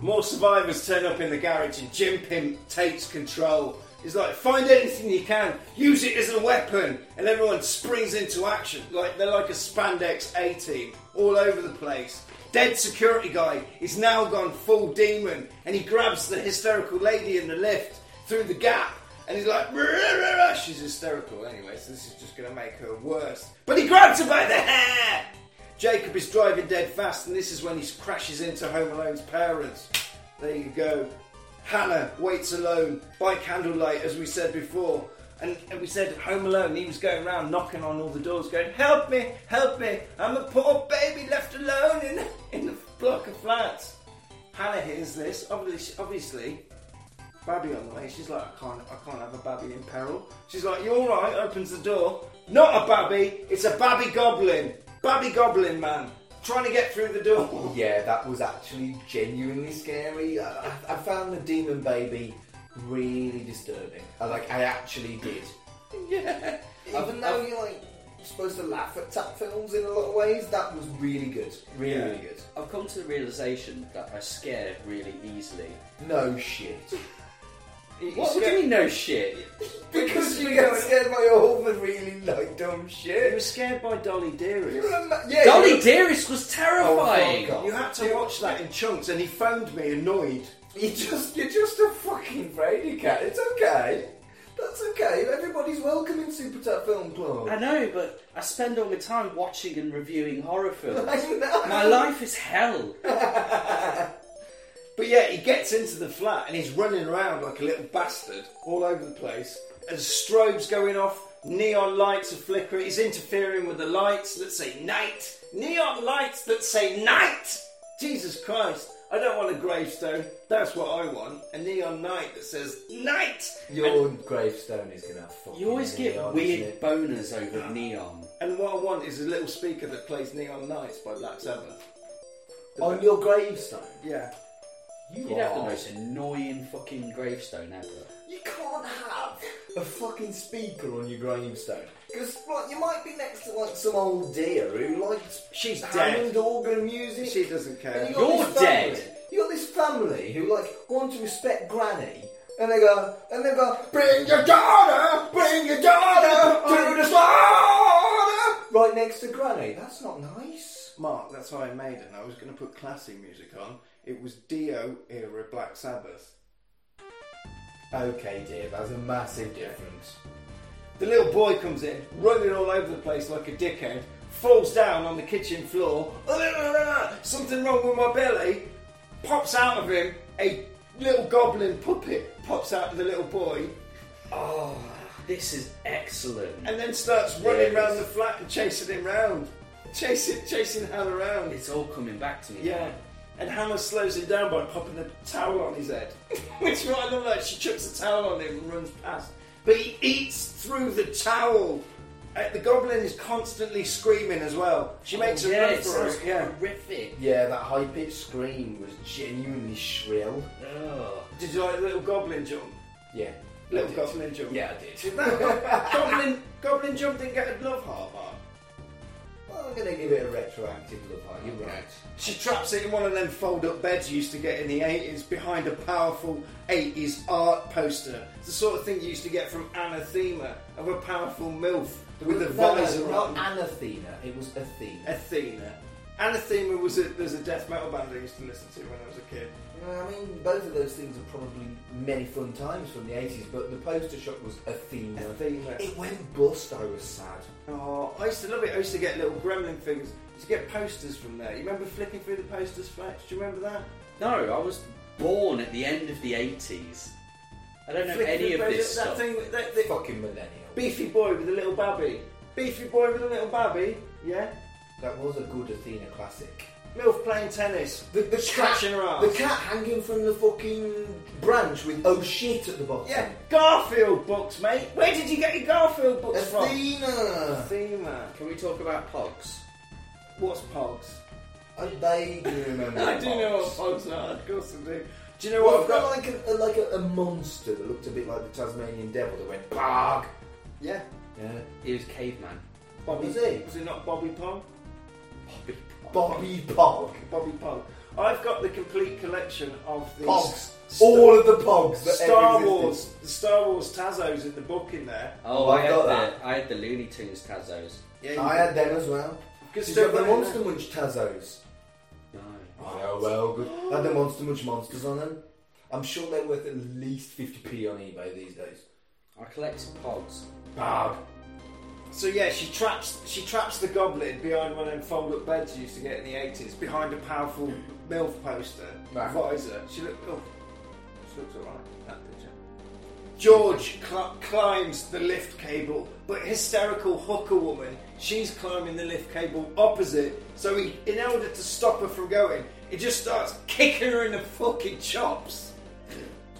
S4: More survivors turn up in the garage and Jim Pimp takes control. He's like, find anything you can, use it as a weapon, and everyone springs into action. Like they're like a spandex A team, all over the place. Dead security guy is now gone full demon, and he grabs the hysterical lady in the lift through the gap, and he's like, "Rah, rah, rah." she's hysterical anyway, so this is just gonna make her worse. But he grabs her by the hair. Jacob is driving dead fast, and this is when he crashes into Home Alone's parents. There you go. Hannah waits alone by candlelight, as we said before. And, and we said Home Alone, he was going around knocking on all the doors, going, Help me, help me, I'm a poor baby left alone in, in the block of flats. Hannah hears this, obviously, obviously Babby on the way. She's like, I can't, I can't have a babby in peril. She's like, you all right? Opens the door. Not a babby. It's a babby goblin. Babby goblin man trying to get through the door.
S5: Yeah, that was actually genuinely scary. I, I- I found the demon baby really disturbing. I, like, I actually did.
S3: Yeah.
S5: Even though you're like supposed to laugh at tap films in a lot of ways, that was really good. Really,
S3: Yeah.
S5: really good.
S3: I've come to the realization that I scare really easily.
S5: No shit.
S3: What, what do you mean, no shit?
S5: Because you get scared by all the really like dumb
S4: You were
S5: shit.
S4: scared by Dolly
S5: You're
S4: Dearest.
S5: a ma- yeah,
S3: Dolly
S5: you're-
S3: Dearest was
S5: Oh,
S3: terrifying.
S5: fuck off.
S4: You had to watch that in chunks, and he phoned me annoyed.
S5: You just you're just a fucking fraidy cat. It's okay. That's okay. Everybody's welcome in Super Tap Film Club.
S3: I know, but I spend all my time watching and reviewing horror films.
S5: I know.
S3: My life is hell.
S4: But yeah, he gets into the flat and he's running around like a little bastard all over the place. And strobes going off, neon lights are flickering, he's interfering with the lights that say night. Neon lights that say night! Jesus Christ, I don't want a gravestone, that's what I want. A neon night that says night!
S5: Your gravestone is gonna have fucking.
S3: You always get
S5: neon, isn't
S3: weird
S5: it?
S3: boners over neon.
S4: And what I want is a little speaker that plays Neon Nights by Black Sabbath.
S5: on your gravestone.
S4: Yeah.
S5: You
S3: You'd have the
S5: are-
S3: most annoying fucking gravestone ever.
S5: You can't have a fucking speaker on your gravestone. Because like, you might be next to like some old dear who likes
S4: She's
S5: Hammond
S4: dead.
S5: organ music.
S4: She doesn't
S5: And
S4: care.
S5: you got
S3: You're
S5: this family-
S3: dead.
S5: You got this family who like want to respect Granny, and they go, and they go, bring your daughter, bring your daughter to the slaughter, right next to Granny. That's not nice.
S4: Mark, that's how I made it. And I was going to put classy music on. It was Dio era Black Sabbath.
S5: Okay, dear, that's a massive difference.
S4: The little boy comes in, running all over the place like a dickhead, falls down on the kitchen floor. Something wrong with my belly. Pops out of him a little goblin puppet. Pops out of the little boy,
S3: Oh, this is excellent.
S4: and then starts running
S5: Yeah.
S4: round the flat and chasing him round, chasing chasing Hannah round.
S3: It's all coming back to me.
S4: Yeah. And Hannah slows him down by popping a towel on his head. Which is what I love like. She chucks a towel on him and runs past. But he eats through the towel. Uh, the goblin is constantly screaming as well. She makes
S3: oh,
S4: a
S3: yeah,
S4: run
S3: it
S4: for
S3: sounds
S4: it. Yeah.
S3: horrific.
S5: Yeah, that high pitched scream was genuinely shrill.
S3: Ugh.
S4: Did you like the little goblin jump?
S5: Yeah,
S4: Little goblin jump.
S5: Yeah, I did.
S4: Did that go- goblin, goblin jump didn't get a love heart, Mark.
S5: I'm gonna give it a retroactive love heart. You're right.
S4: She traps it in one of them fold up beds you used to get in the 80s behind a powerful 80s art poster. It's the sort of thing you used to get from Anathema of a powerful MILF with the
S5: No, no,
S4: visor
S5: not
S4: on.
S5: an Athena. It was Athena.
S4: Athena. Anathema was a, there's a death metal band I used to listen to when I was a kid.
S5: Well, Uh, I mean, both of those things are probably many fun times from the 80s, but the poster shot was Athena.
S4: Athena.
S5: It went bust, I was sad.
S4: Oh, I used to love it. I used to get little gremlin things. I used to get posters from there. You remember flicking through the posters, Fletch? Do you remember that?
S3: No, I was born at the end of the 80s. I don't know
S4: Flicking
S3: any
S4: through
S3: of
S4: the
S3: this
S4: posters, that
S3: stuff.
S4: Thing, that, that,
S5: Fucking millennial.
S4: beefy boy with a little babby. Beefy boy with a little babby. Yeah.
S5: That was a good Athena classic.
S4: MILF playing tennis.
S5: The, the
S4: Scratching
S5: cat,
S4: her arse.
S5: The cat hanging from the fucking branch with oh shit at the bottom.
S4: Yeah, Garfield books, mate. Where did you get your Garfield books from?
S5: Athena.
S4: Thema.
S3: Can we talk about Pogs?
S4: What's Pogs?
S5: I vaguely remember.
S4: I do
S5: that
S4: know what
S5: box.
S4: Pogs are, of course I do. Do you know
S5: Well,
S4: what
S5: I've
S4: I've
S5: got
S4: got?
S5: like a, like a, a monster that looked a bit like the Tasmanian devil that went barg.
S4: Yeah.
S5: Yeah.
S3: He was caveman.
S4: Bobby
S5: Was he?
S4: Was it not Bobby Pog?
S5: Bobby Pog.
S4: Bobby Pog. I've got the complete collection of the
S5: Pogs.
S4: s-
S5: All of the Pogs. That
S4: Star
S5: ever existed.
S4: Wars, the Star Wars Tazos in the book in there.
S5: Oh, I got that.
S3: The, I had the Looney Tunes Tazos.
S4: Yeah,
S5: I had them as well.
S4: Good
S5: You've
S4: stuff,
S5: got the
S4: right, isn't
S5: Monster
S4: it?
S5: Munch Tazos.
S3: No.
S5: Oh, well, good. Had the Monster Munch monsters on them. I'm sure they're worth at least 50p on eBay these days.
S3: I collected Pogs.
S5: Barg.
S4: So yeah, she traps she traps the goblin behind one of them fold up beds you used to get in the eighties, behind a powerful MILF poster
S5: Right.
S4: visor. She looked oh, she looks alright. That picture. George cl- climbs the lift cable, but hysterical hooker woman, she's climbing the lift cable opposite. So he, in order to stop her from going, he just starts kicking her in the fucking chops.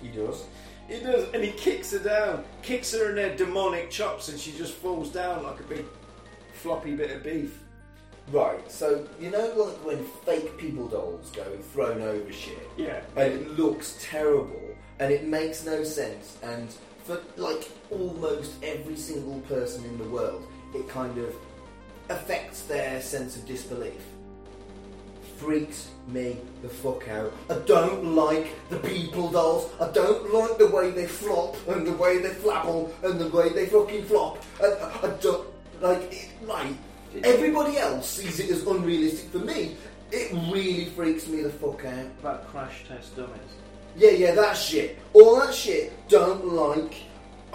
S5: He does.
S4: He does, and he kicks her down, kicks her in her demonic chops, and she just falls down like a big floppy bit of beef.
S5: Right, so you know, like when fake people dolls go thrown over shit?
S4: Yeah.
S5: And it looks terrible and it makes no sense, and for like almost every single person in the world, it kind of affects their sense of disbelief. Freaks me the fuck out. I don't like the people dolls. I don't like the way they flop and the way they flabble and the way they fucking flop. And I, I don't like it, mate. Everybody else sees it as unrealistic. For me, it really freaks me the fuck out.
S4: About crash test dummies.
S5: Yeah, yeah, that shit. All that shit don't like.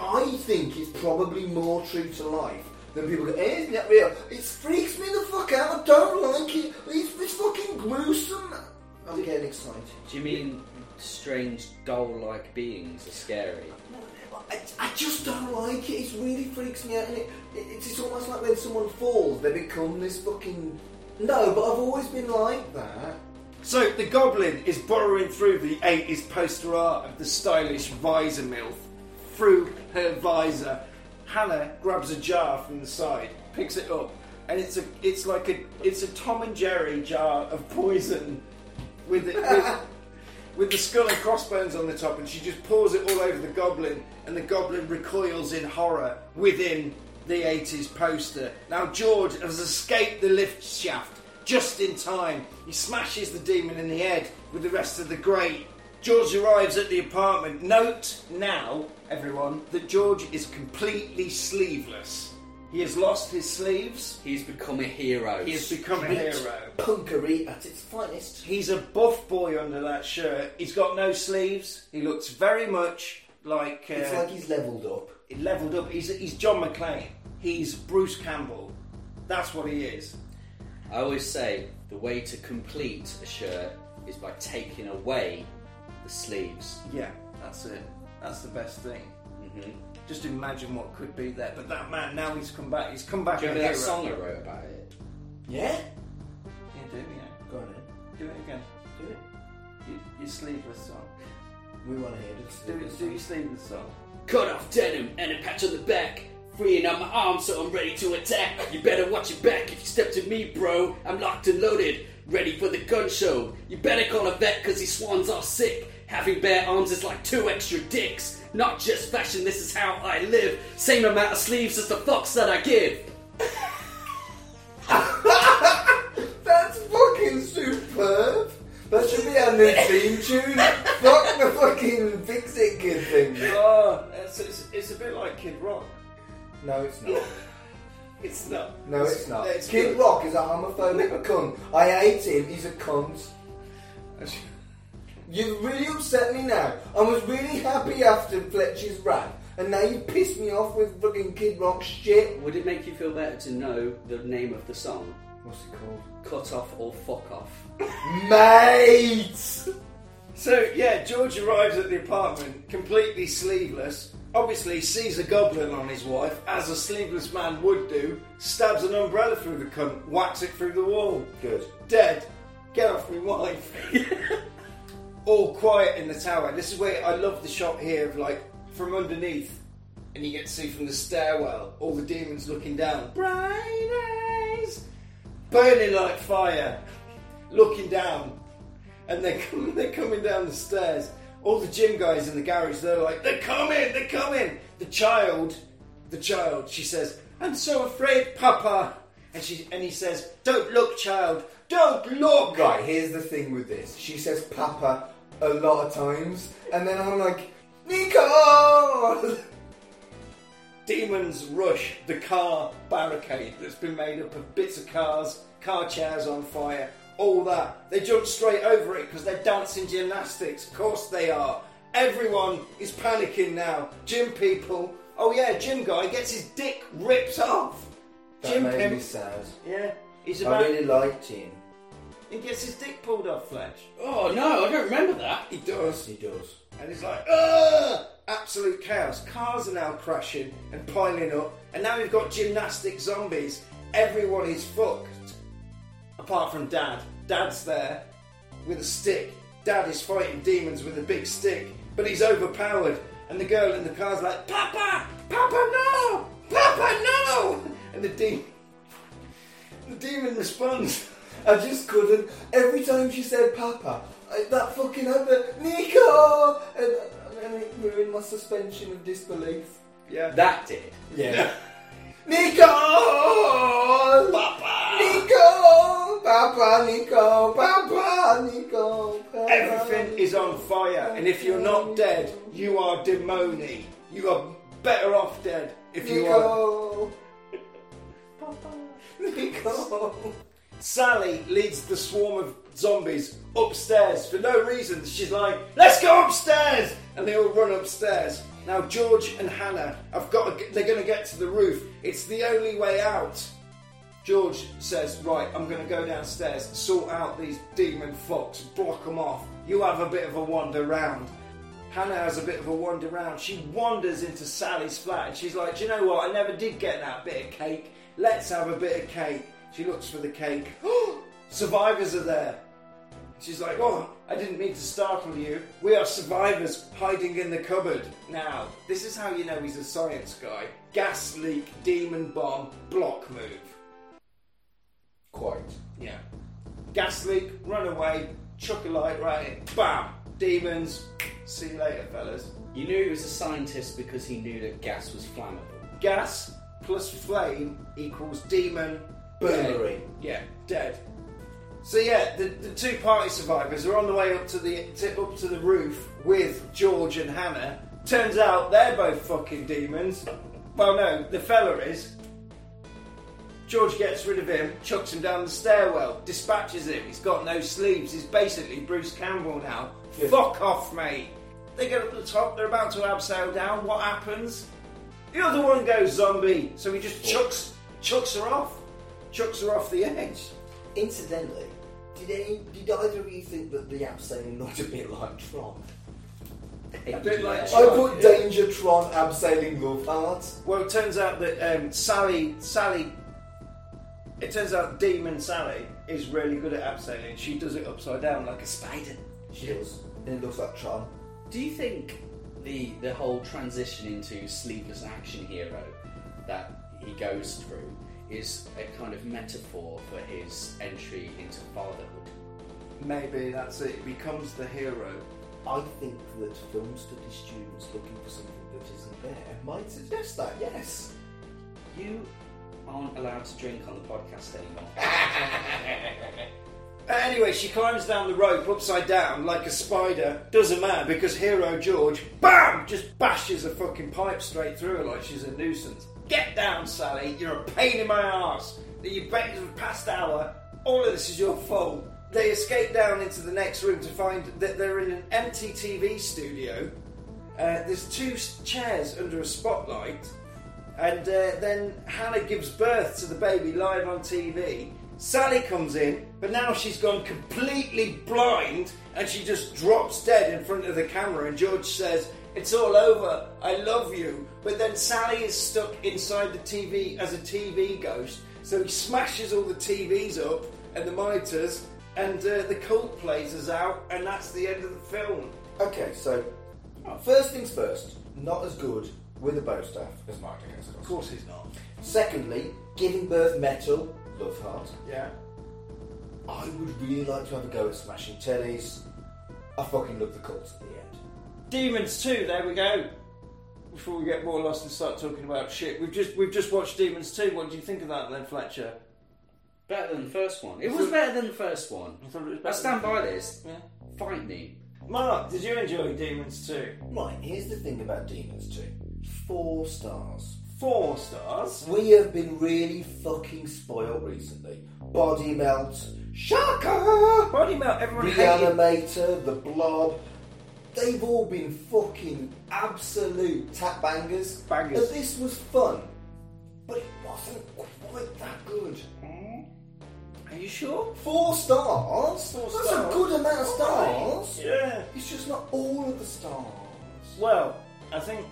S5: I think it's probably more true to life than people go, eh, isn't that real? It freaks me the fuck out. I don't like it. It's, it's fucking gruesome. I'm getting excited.
S3: Do you mean strange doll-like beings are scary?
S5: I, I just don't like it. It really freaks me out. And it, it, it's just almost like when someone falls, they become this fucking. No, but I've always been like that.
S4: So the goblin is burrowing through the 80s poster art of the stylish visor milf through her visor. Hannah grabs a jar from the side, picks it up, and it's a it's like a it's a Tom and Jerry jar of poison with it with, with the skull and crossbones on the top, and she just pours it all over the goblin, and the goblin recoils in horror within the 80s poster. Now, George has escaped the lift shaft just in time. He smashes the demon in the head with the rest of the grate. George arrives at the apartment. Note now, everyone, that George is completely sleeveless. He has lost his sleeves.
S3: He's become a hero.
S4: He has become a hero.
S5: Punkery at its finest.
S4: He's a buff boy under that shirt. He's got no sleeves. He looks very much like, uh,
S5: It's like he's leveled up.
S4: he leveled up. He's, he's John McClane. He's Bruce Campbell. That's what he is.
S3: I always say the way to complete a shirt is by taking away the sleeves.
S4: Yeah, that's it. That's the best thing. Mm-hmm. Just imagine what could be there. But that man, now he's come back. He's come back.
S3: Do you
S4: a
S3: remember that
S4: hero.
S3: song I wrote about it?
S5: Yeah?
S4: Yeah, do it. Yeah.
S5: Go on then.
S4: Do it again.
S5: Do it.
S4: Your, your sleeveless song.
S5: We want to hear this.
S4: Do, it- do your sleeveless song.
S3: Cut off denim and a patch on the back. Freeing up my arm so I'm ready to attack. You better watch your back if you step to me, bro. I'm locked and loaded, ready for the gun show. You better call a vet cause these swans are sick. Having bare arms is like two extra dicks. Not just fashion, this is how I live. Same amount of sleeves as the fucks that I give.
S5: That's fucking superb. That should be our new theme tune. Fuck the fucking fix it kid thing.
S4: Oh, it's, it's, it's a bit like Kid Rock.
S5: No, it's not.
S4: It's not.
S5: No, it's not.
S4: It's
S5: Kid
S4: good.
S5: Rock is a homophobic cunt. I hate him. He's a cunt. You really upset me now. I was really happy after Fletcher's rap, and now you pissed me off with fucking Kid Rock shit.
S3: Would it make you feel better to know the name of the song?
S5: What's it called?
S3: Cut off or fuck off.
S5: Mate!
S4: So yeah, George arrives at the apartment completely sleeveless. Obviously, sees a goblin on his wife, as a sleeveless man would do. Stabs an umbrella through the cunt, whacks it through the wall.
S5: Good.
S4: Dead. Get off me wife. All quiet in the tower. This is where I love the shot here of like from underneath, and you get to see from the stairwell all the demons looking down. Bright eyes, burning like fire, looking down, and they're coming, they're coming down the stairs. All the gym guys in the garage, they're like, they're coming, they're coming. The child, the child, she says, I'm so afraid, Papa. And she and he says, Don't look, child, don't look.
S5: Right, here's the thing with this. She says Papa a lot of times, and then I'm like, Nicole!
S4: Demons rush the car barricade that's been made up of bits of cars, car chairs on fire, all that. They jump straight over it because they're dancing gymnastics. Of course they are. Everyone is panicking now. Gym people. Oh yeah, gym guy gets his dick ripped off.
S5: That
S4: gym
S5: made me
S4: pimp.
S5: sad.
S4: Yeah, he's
S5: I
S4: about.
S5: really liked him.
S4: He gets his dick pulled off, Fletch.
S3: Oh no, I don't remember that.
S4: He does.
S5: He does.
S4: And it's like, ugh! Absolute chaos. Cars are now crashing and piling up, and now we've got gymnastic zombies. Everyone is fucked. Apart from Dad. Dad's there with a stick. Dad is fighting demons with a big stick, but he's overpowered. And the girl in the car's like, Papa! Papa, no! Papa, no! And the demon. The demon responds.
S5: I just couldn't. Every time she said Papa, I, that fucking happened. Nico! And, and it ruined my suspension of disbelief.
S4: Yeah.
S3: That did.
S5: Yeah. Nico! Papa! Oh, Nico! Papa, Nico! Papa, Nico! Papa,
S4: Everything is on fire, and if you're not dead, you are demoni. You are better off dead if you are.
S5: Nico! Papa, Nico!
S4: Sally leads the swarm of zombies upstairs for no reason. She's like, "Let's go upstairs!" and they all run upstairs. Now George and Hannah have got. To get, they're going to get to the roof. It's the only way out. George says, "Right, I'm going to go downstairs, sort out these demon fucks, block them off. You have a bit of a wander round." Hannah has a bit of a wander round. She wanders into Sally's flat and she's like, Do you know what? I never did get that bit of cake. Let's have a bit of cake. She looks for the cake. survivors are there. She's like, Oh, I didn't mean to startle you. We are survivors hiding in the cupboard. Now, this is how you know he's a science guy gas leak, demon bomb, block move.
S5: Quite.
S4: Yeah. Gas leak, run away, chuck a light right in. Bam! Demons. See you later, fellas.
S3: You knew he was a scientist because he knew that gas was flammable.
S4: gas plus flame equals demon
S5: Burglary.
S4: dead. Yeah, dead. So yeah, the, the two party survivors are on the way up to the to, up to the roof with George and Hannah. Turns out they're both fucking demons. Well, no, the fella is. George gets rid of him, chucks him down the stairwell, dispatches him. He's got no sleeves. He's basically Bruce Campbell now.
S5: Yeah.
S4: Fuck off, mate. They get up to the top. They're about to abseil down. What happens? The other one goes zombie, so he just chucks chucks her off, chucks her off the edge.
S5: Incidentally, did any did either of you think that the abseiling looked a bit like Tron?
S3: I
S4: don't like
S5: I put Danger Tron abseiling love art.
S4: Well, it turns out that um, Sally, Sally, it turns out Demon Sally is really good at abseiling. She does it upside down like a spider.
S5: She does. And it looks like Tron.
S3: Do you think the the whole transition into sleepless action hero that he goes through is a kind of metaphor for his entry into fatherhood?
S4: Maybe that's it. He becomes the hero.
S5: I think that film study students looking for something that isn't there might suggest that, yes.
S3: You aren't allowed to drink on the podcast anymore.
S4: Uh, Anyway, she climbs down the rope upside down like a spider. Doesn't matter because Hero George, BAM! Just bashes a fucking pipe straight through her like she's a nuisance. Get down, Sally. You're a pain in my ass. That you bet for the past hour. All of this is your fault. They escape down into the next room to find that they're in an empty TV studio. Uh, there's two s- chairs under a spotlight. And uh, then Hannah gives birth to the baby live on TV. Sally comes in, but now she's gone completely blind and she just drops dead in front of the camera. And George says, It's all over, I love you. But then Sally is stuck inside the TV as a TV ghost, so he smashes all the TVs up and the miters and uh, the cult plays us out, and that's the end of the film.
S5: Okay, so first things first, not as good with a bow staff as Mark Dacascos. Of
S4: course he's not.
S5: Secondly, giving birth metal, love heart.
S4: Yeah.
S5: I would really like to have a go at smashing tellies. I fucking love the cults at the end.
S4: Demons 2, there we go. Before we get more lost and start talking about shit, we've just we've just watched Demons 2. What do you think of that then, Fletcher?
S3: Better than the first one. It was better than the first one.
S4: I thought it was
S3: I
S4: better
S3: stand
S4: than-
S3: by this.
S4: Yeah.
S3: Fight me.
S4: Mark, did you enjoy Demons 2?
S5: Right, here's the thing about Demons 2. Four stars.
S4: Four stars.
S5: We have been really fucking spoiled recently. Body melt, Shaka,
S4: Body melt, everyone hated.
S5: Reanimator, The Blob. They've all been fucking absolute tap bangers.
S4: Bangers.
S5: And this was fun, but it wasn't quite that good.
S4: Are you sure?
S5: Four stars?
S4: Four
S5: That's
S4: stars.
S5: a good amount of stars.
S4: Yeah.
S5: It's just not all of the stars.
S4: Well, I think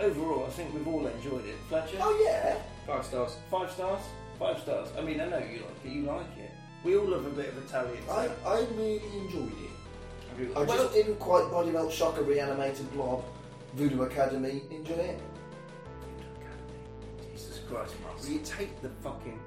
S4: overall, I think we've all enjoyed it. Fletcher?
S5: Oh, yeah.
S3: Five stars.
S4: Five stars? Five stars. I mean, I know you like it. You like it. We all love a bit of Italian.
S5: I,
S4: so-
S5: I really enjoyed it.
S4: I do
S5: I
S4: like it.
S5: just didn't quite body melt shocker reanimated blob Voodoo Academy enjoy it.
S4: Jesus Christ, Mark. Will you take the fucking.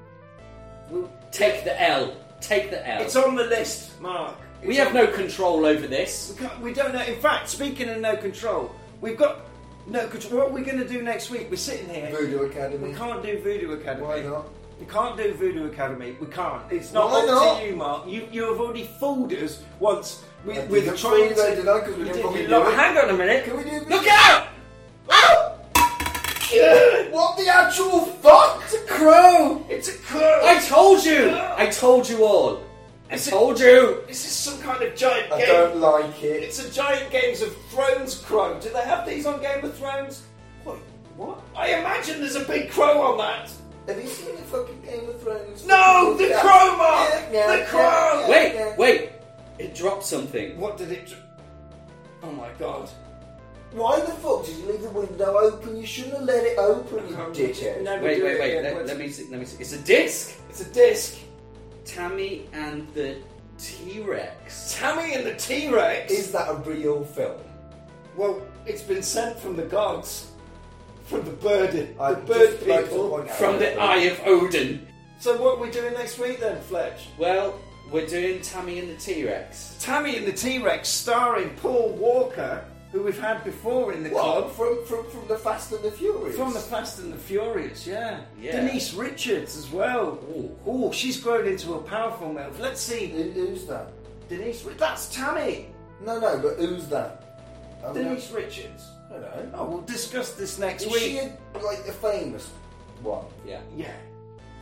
S4: We'll...
S3: Take the L. Take the L.
S4: It's on the list, Mark.
S3: we
S4: It's
S3: have
S4: on-
S3: no control over this.
S4: We, can't, we don't know. In fact, speaking of no control, we've got no control. What are we going to do next week? We're sitting here.
S5: Voodoo
S4: We
S5: Academy.
S4: can't do Voodoo Academy.
S5: Why not?
S4: We can't do Voodoo Academy. We can't. It's not
S5: Why
S4: up
S5: not?
S4: to you, Mark. You, you have already fooled us once
S5: I
S4: with,
S5: did
S4: with
S5: not fool
S4: trying
S5: you
S4: to.
S5: though, did I? 'Cause we
S4: You
S5: didn't
S4: did,
S5: fucking
S4: you
S5: do
S4: lot-
S5: it.
S4: Hang on a minute.
S5: Can we do
S4: Look out!
S5: Ow! what the actual fuck? It's a crow!
S4: It's a crow.
S3: I told you! I told you all. I
S4: Is it-
S3: told you!
S4: This is some kind of giant
S5: I
S4: game.
S5: don't like it.
S4: It's a giant Games of Thrones crow. Do they have these on Game of Thrones? Wait, what? I imagine there's a big crow on that.
S5: Have you seen the fucking Game of Thrones?
S4: No, the
S5: Yeah.
S4: crow, Mark!
S5: Yeah, yeah,
S4: The
S5: yeah,
S4: crow!
S5: yeah, yeah.
S3: Wait, wait! It dropped something.
S4: What did it? dr- Oh my god!
S5: Why the fuck did you leave the window open? You shouldn't have let it open, you dickhead.
S4: No, we
S3: Wait,
S4: do
S3: wait,
S4: it
S3: wait.
S4: again.
S3: Let, let me see. Let me see. It's a disc!
S4: It's a disc.
S3: Tammy and the T Rex.
S4: Tammy and the T Rex.
S5: Is that a real film?
S4: Well, it's been sent from the gods, from the bird,
S5: I
S4: the bird
S5: just like to
S4: people.
S5: point out
S3: From
S5: that-
S3: the Eye of Odin.
S4: So what are we doing next week then, Fletch?
S3: Well, we're doing Tammy and the T Rex.
S4: Tammy and the T Rex, starring Paul Walker, who we've had before in the
S5: What?
S4: club
S5: From, from, from the Fast and the Furious?
S4: from the Fast and the Furious. Yeah.
S3: Yeah.
S4: Denise Richards as well.
S3: Ooh.
S4: Oh, she's grown into a powerful MILF. Let's see,
S5: Who- who's that?
S4: Denise. Ri- That's Tammy.
S5: No, no, but who's that?
S3: Oh,
S5: I mean,
S4: Denise Richards.
S5: I don't know.
S4: Oh, we'll discuss this next
S5: Is
S4: week.
S5: she a, like a famous one?
S3: Yeah.
S4: Yeah,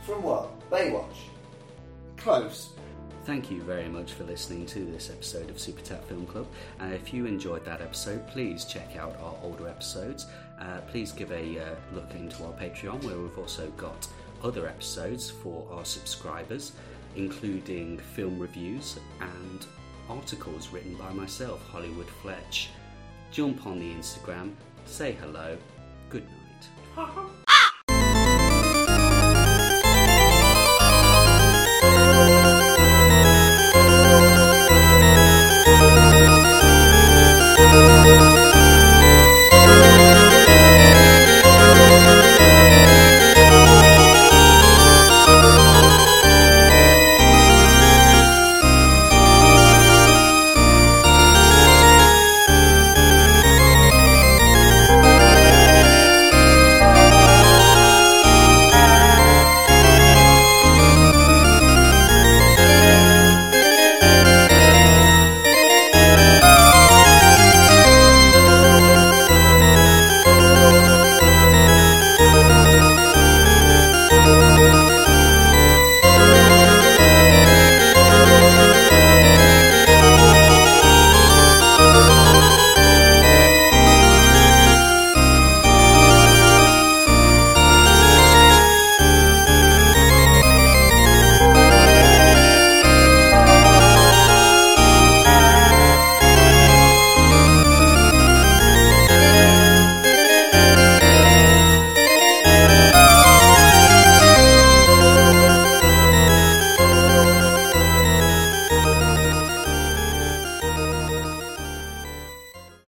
S5: From what? Baywatch.
S4: close.
S1: Thank you very much for listening to this episode of Super Tap Film Club. And if you enjoyed that episode, please check out our older episodes. Uh, please give a uh, look into our Patreon, where we've also got other episodes for our subscribers, including film reviews and articles written by myself, Hollywood Fletch. Jump on the Instagram, say hello, good night.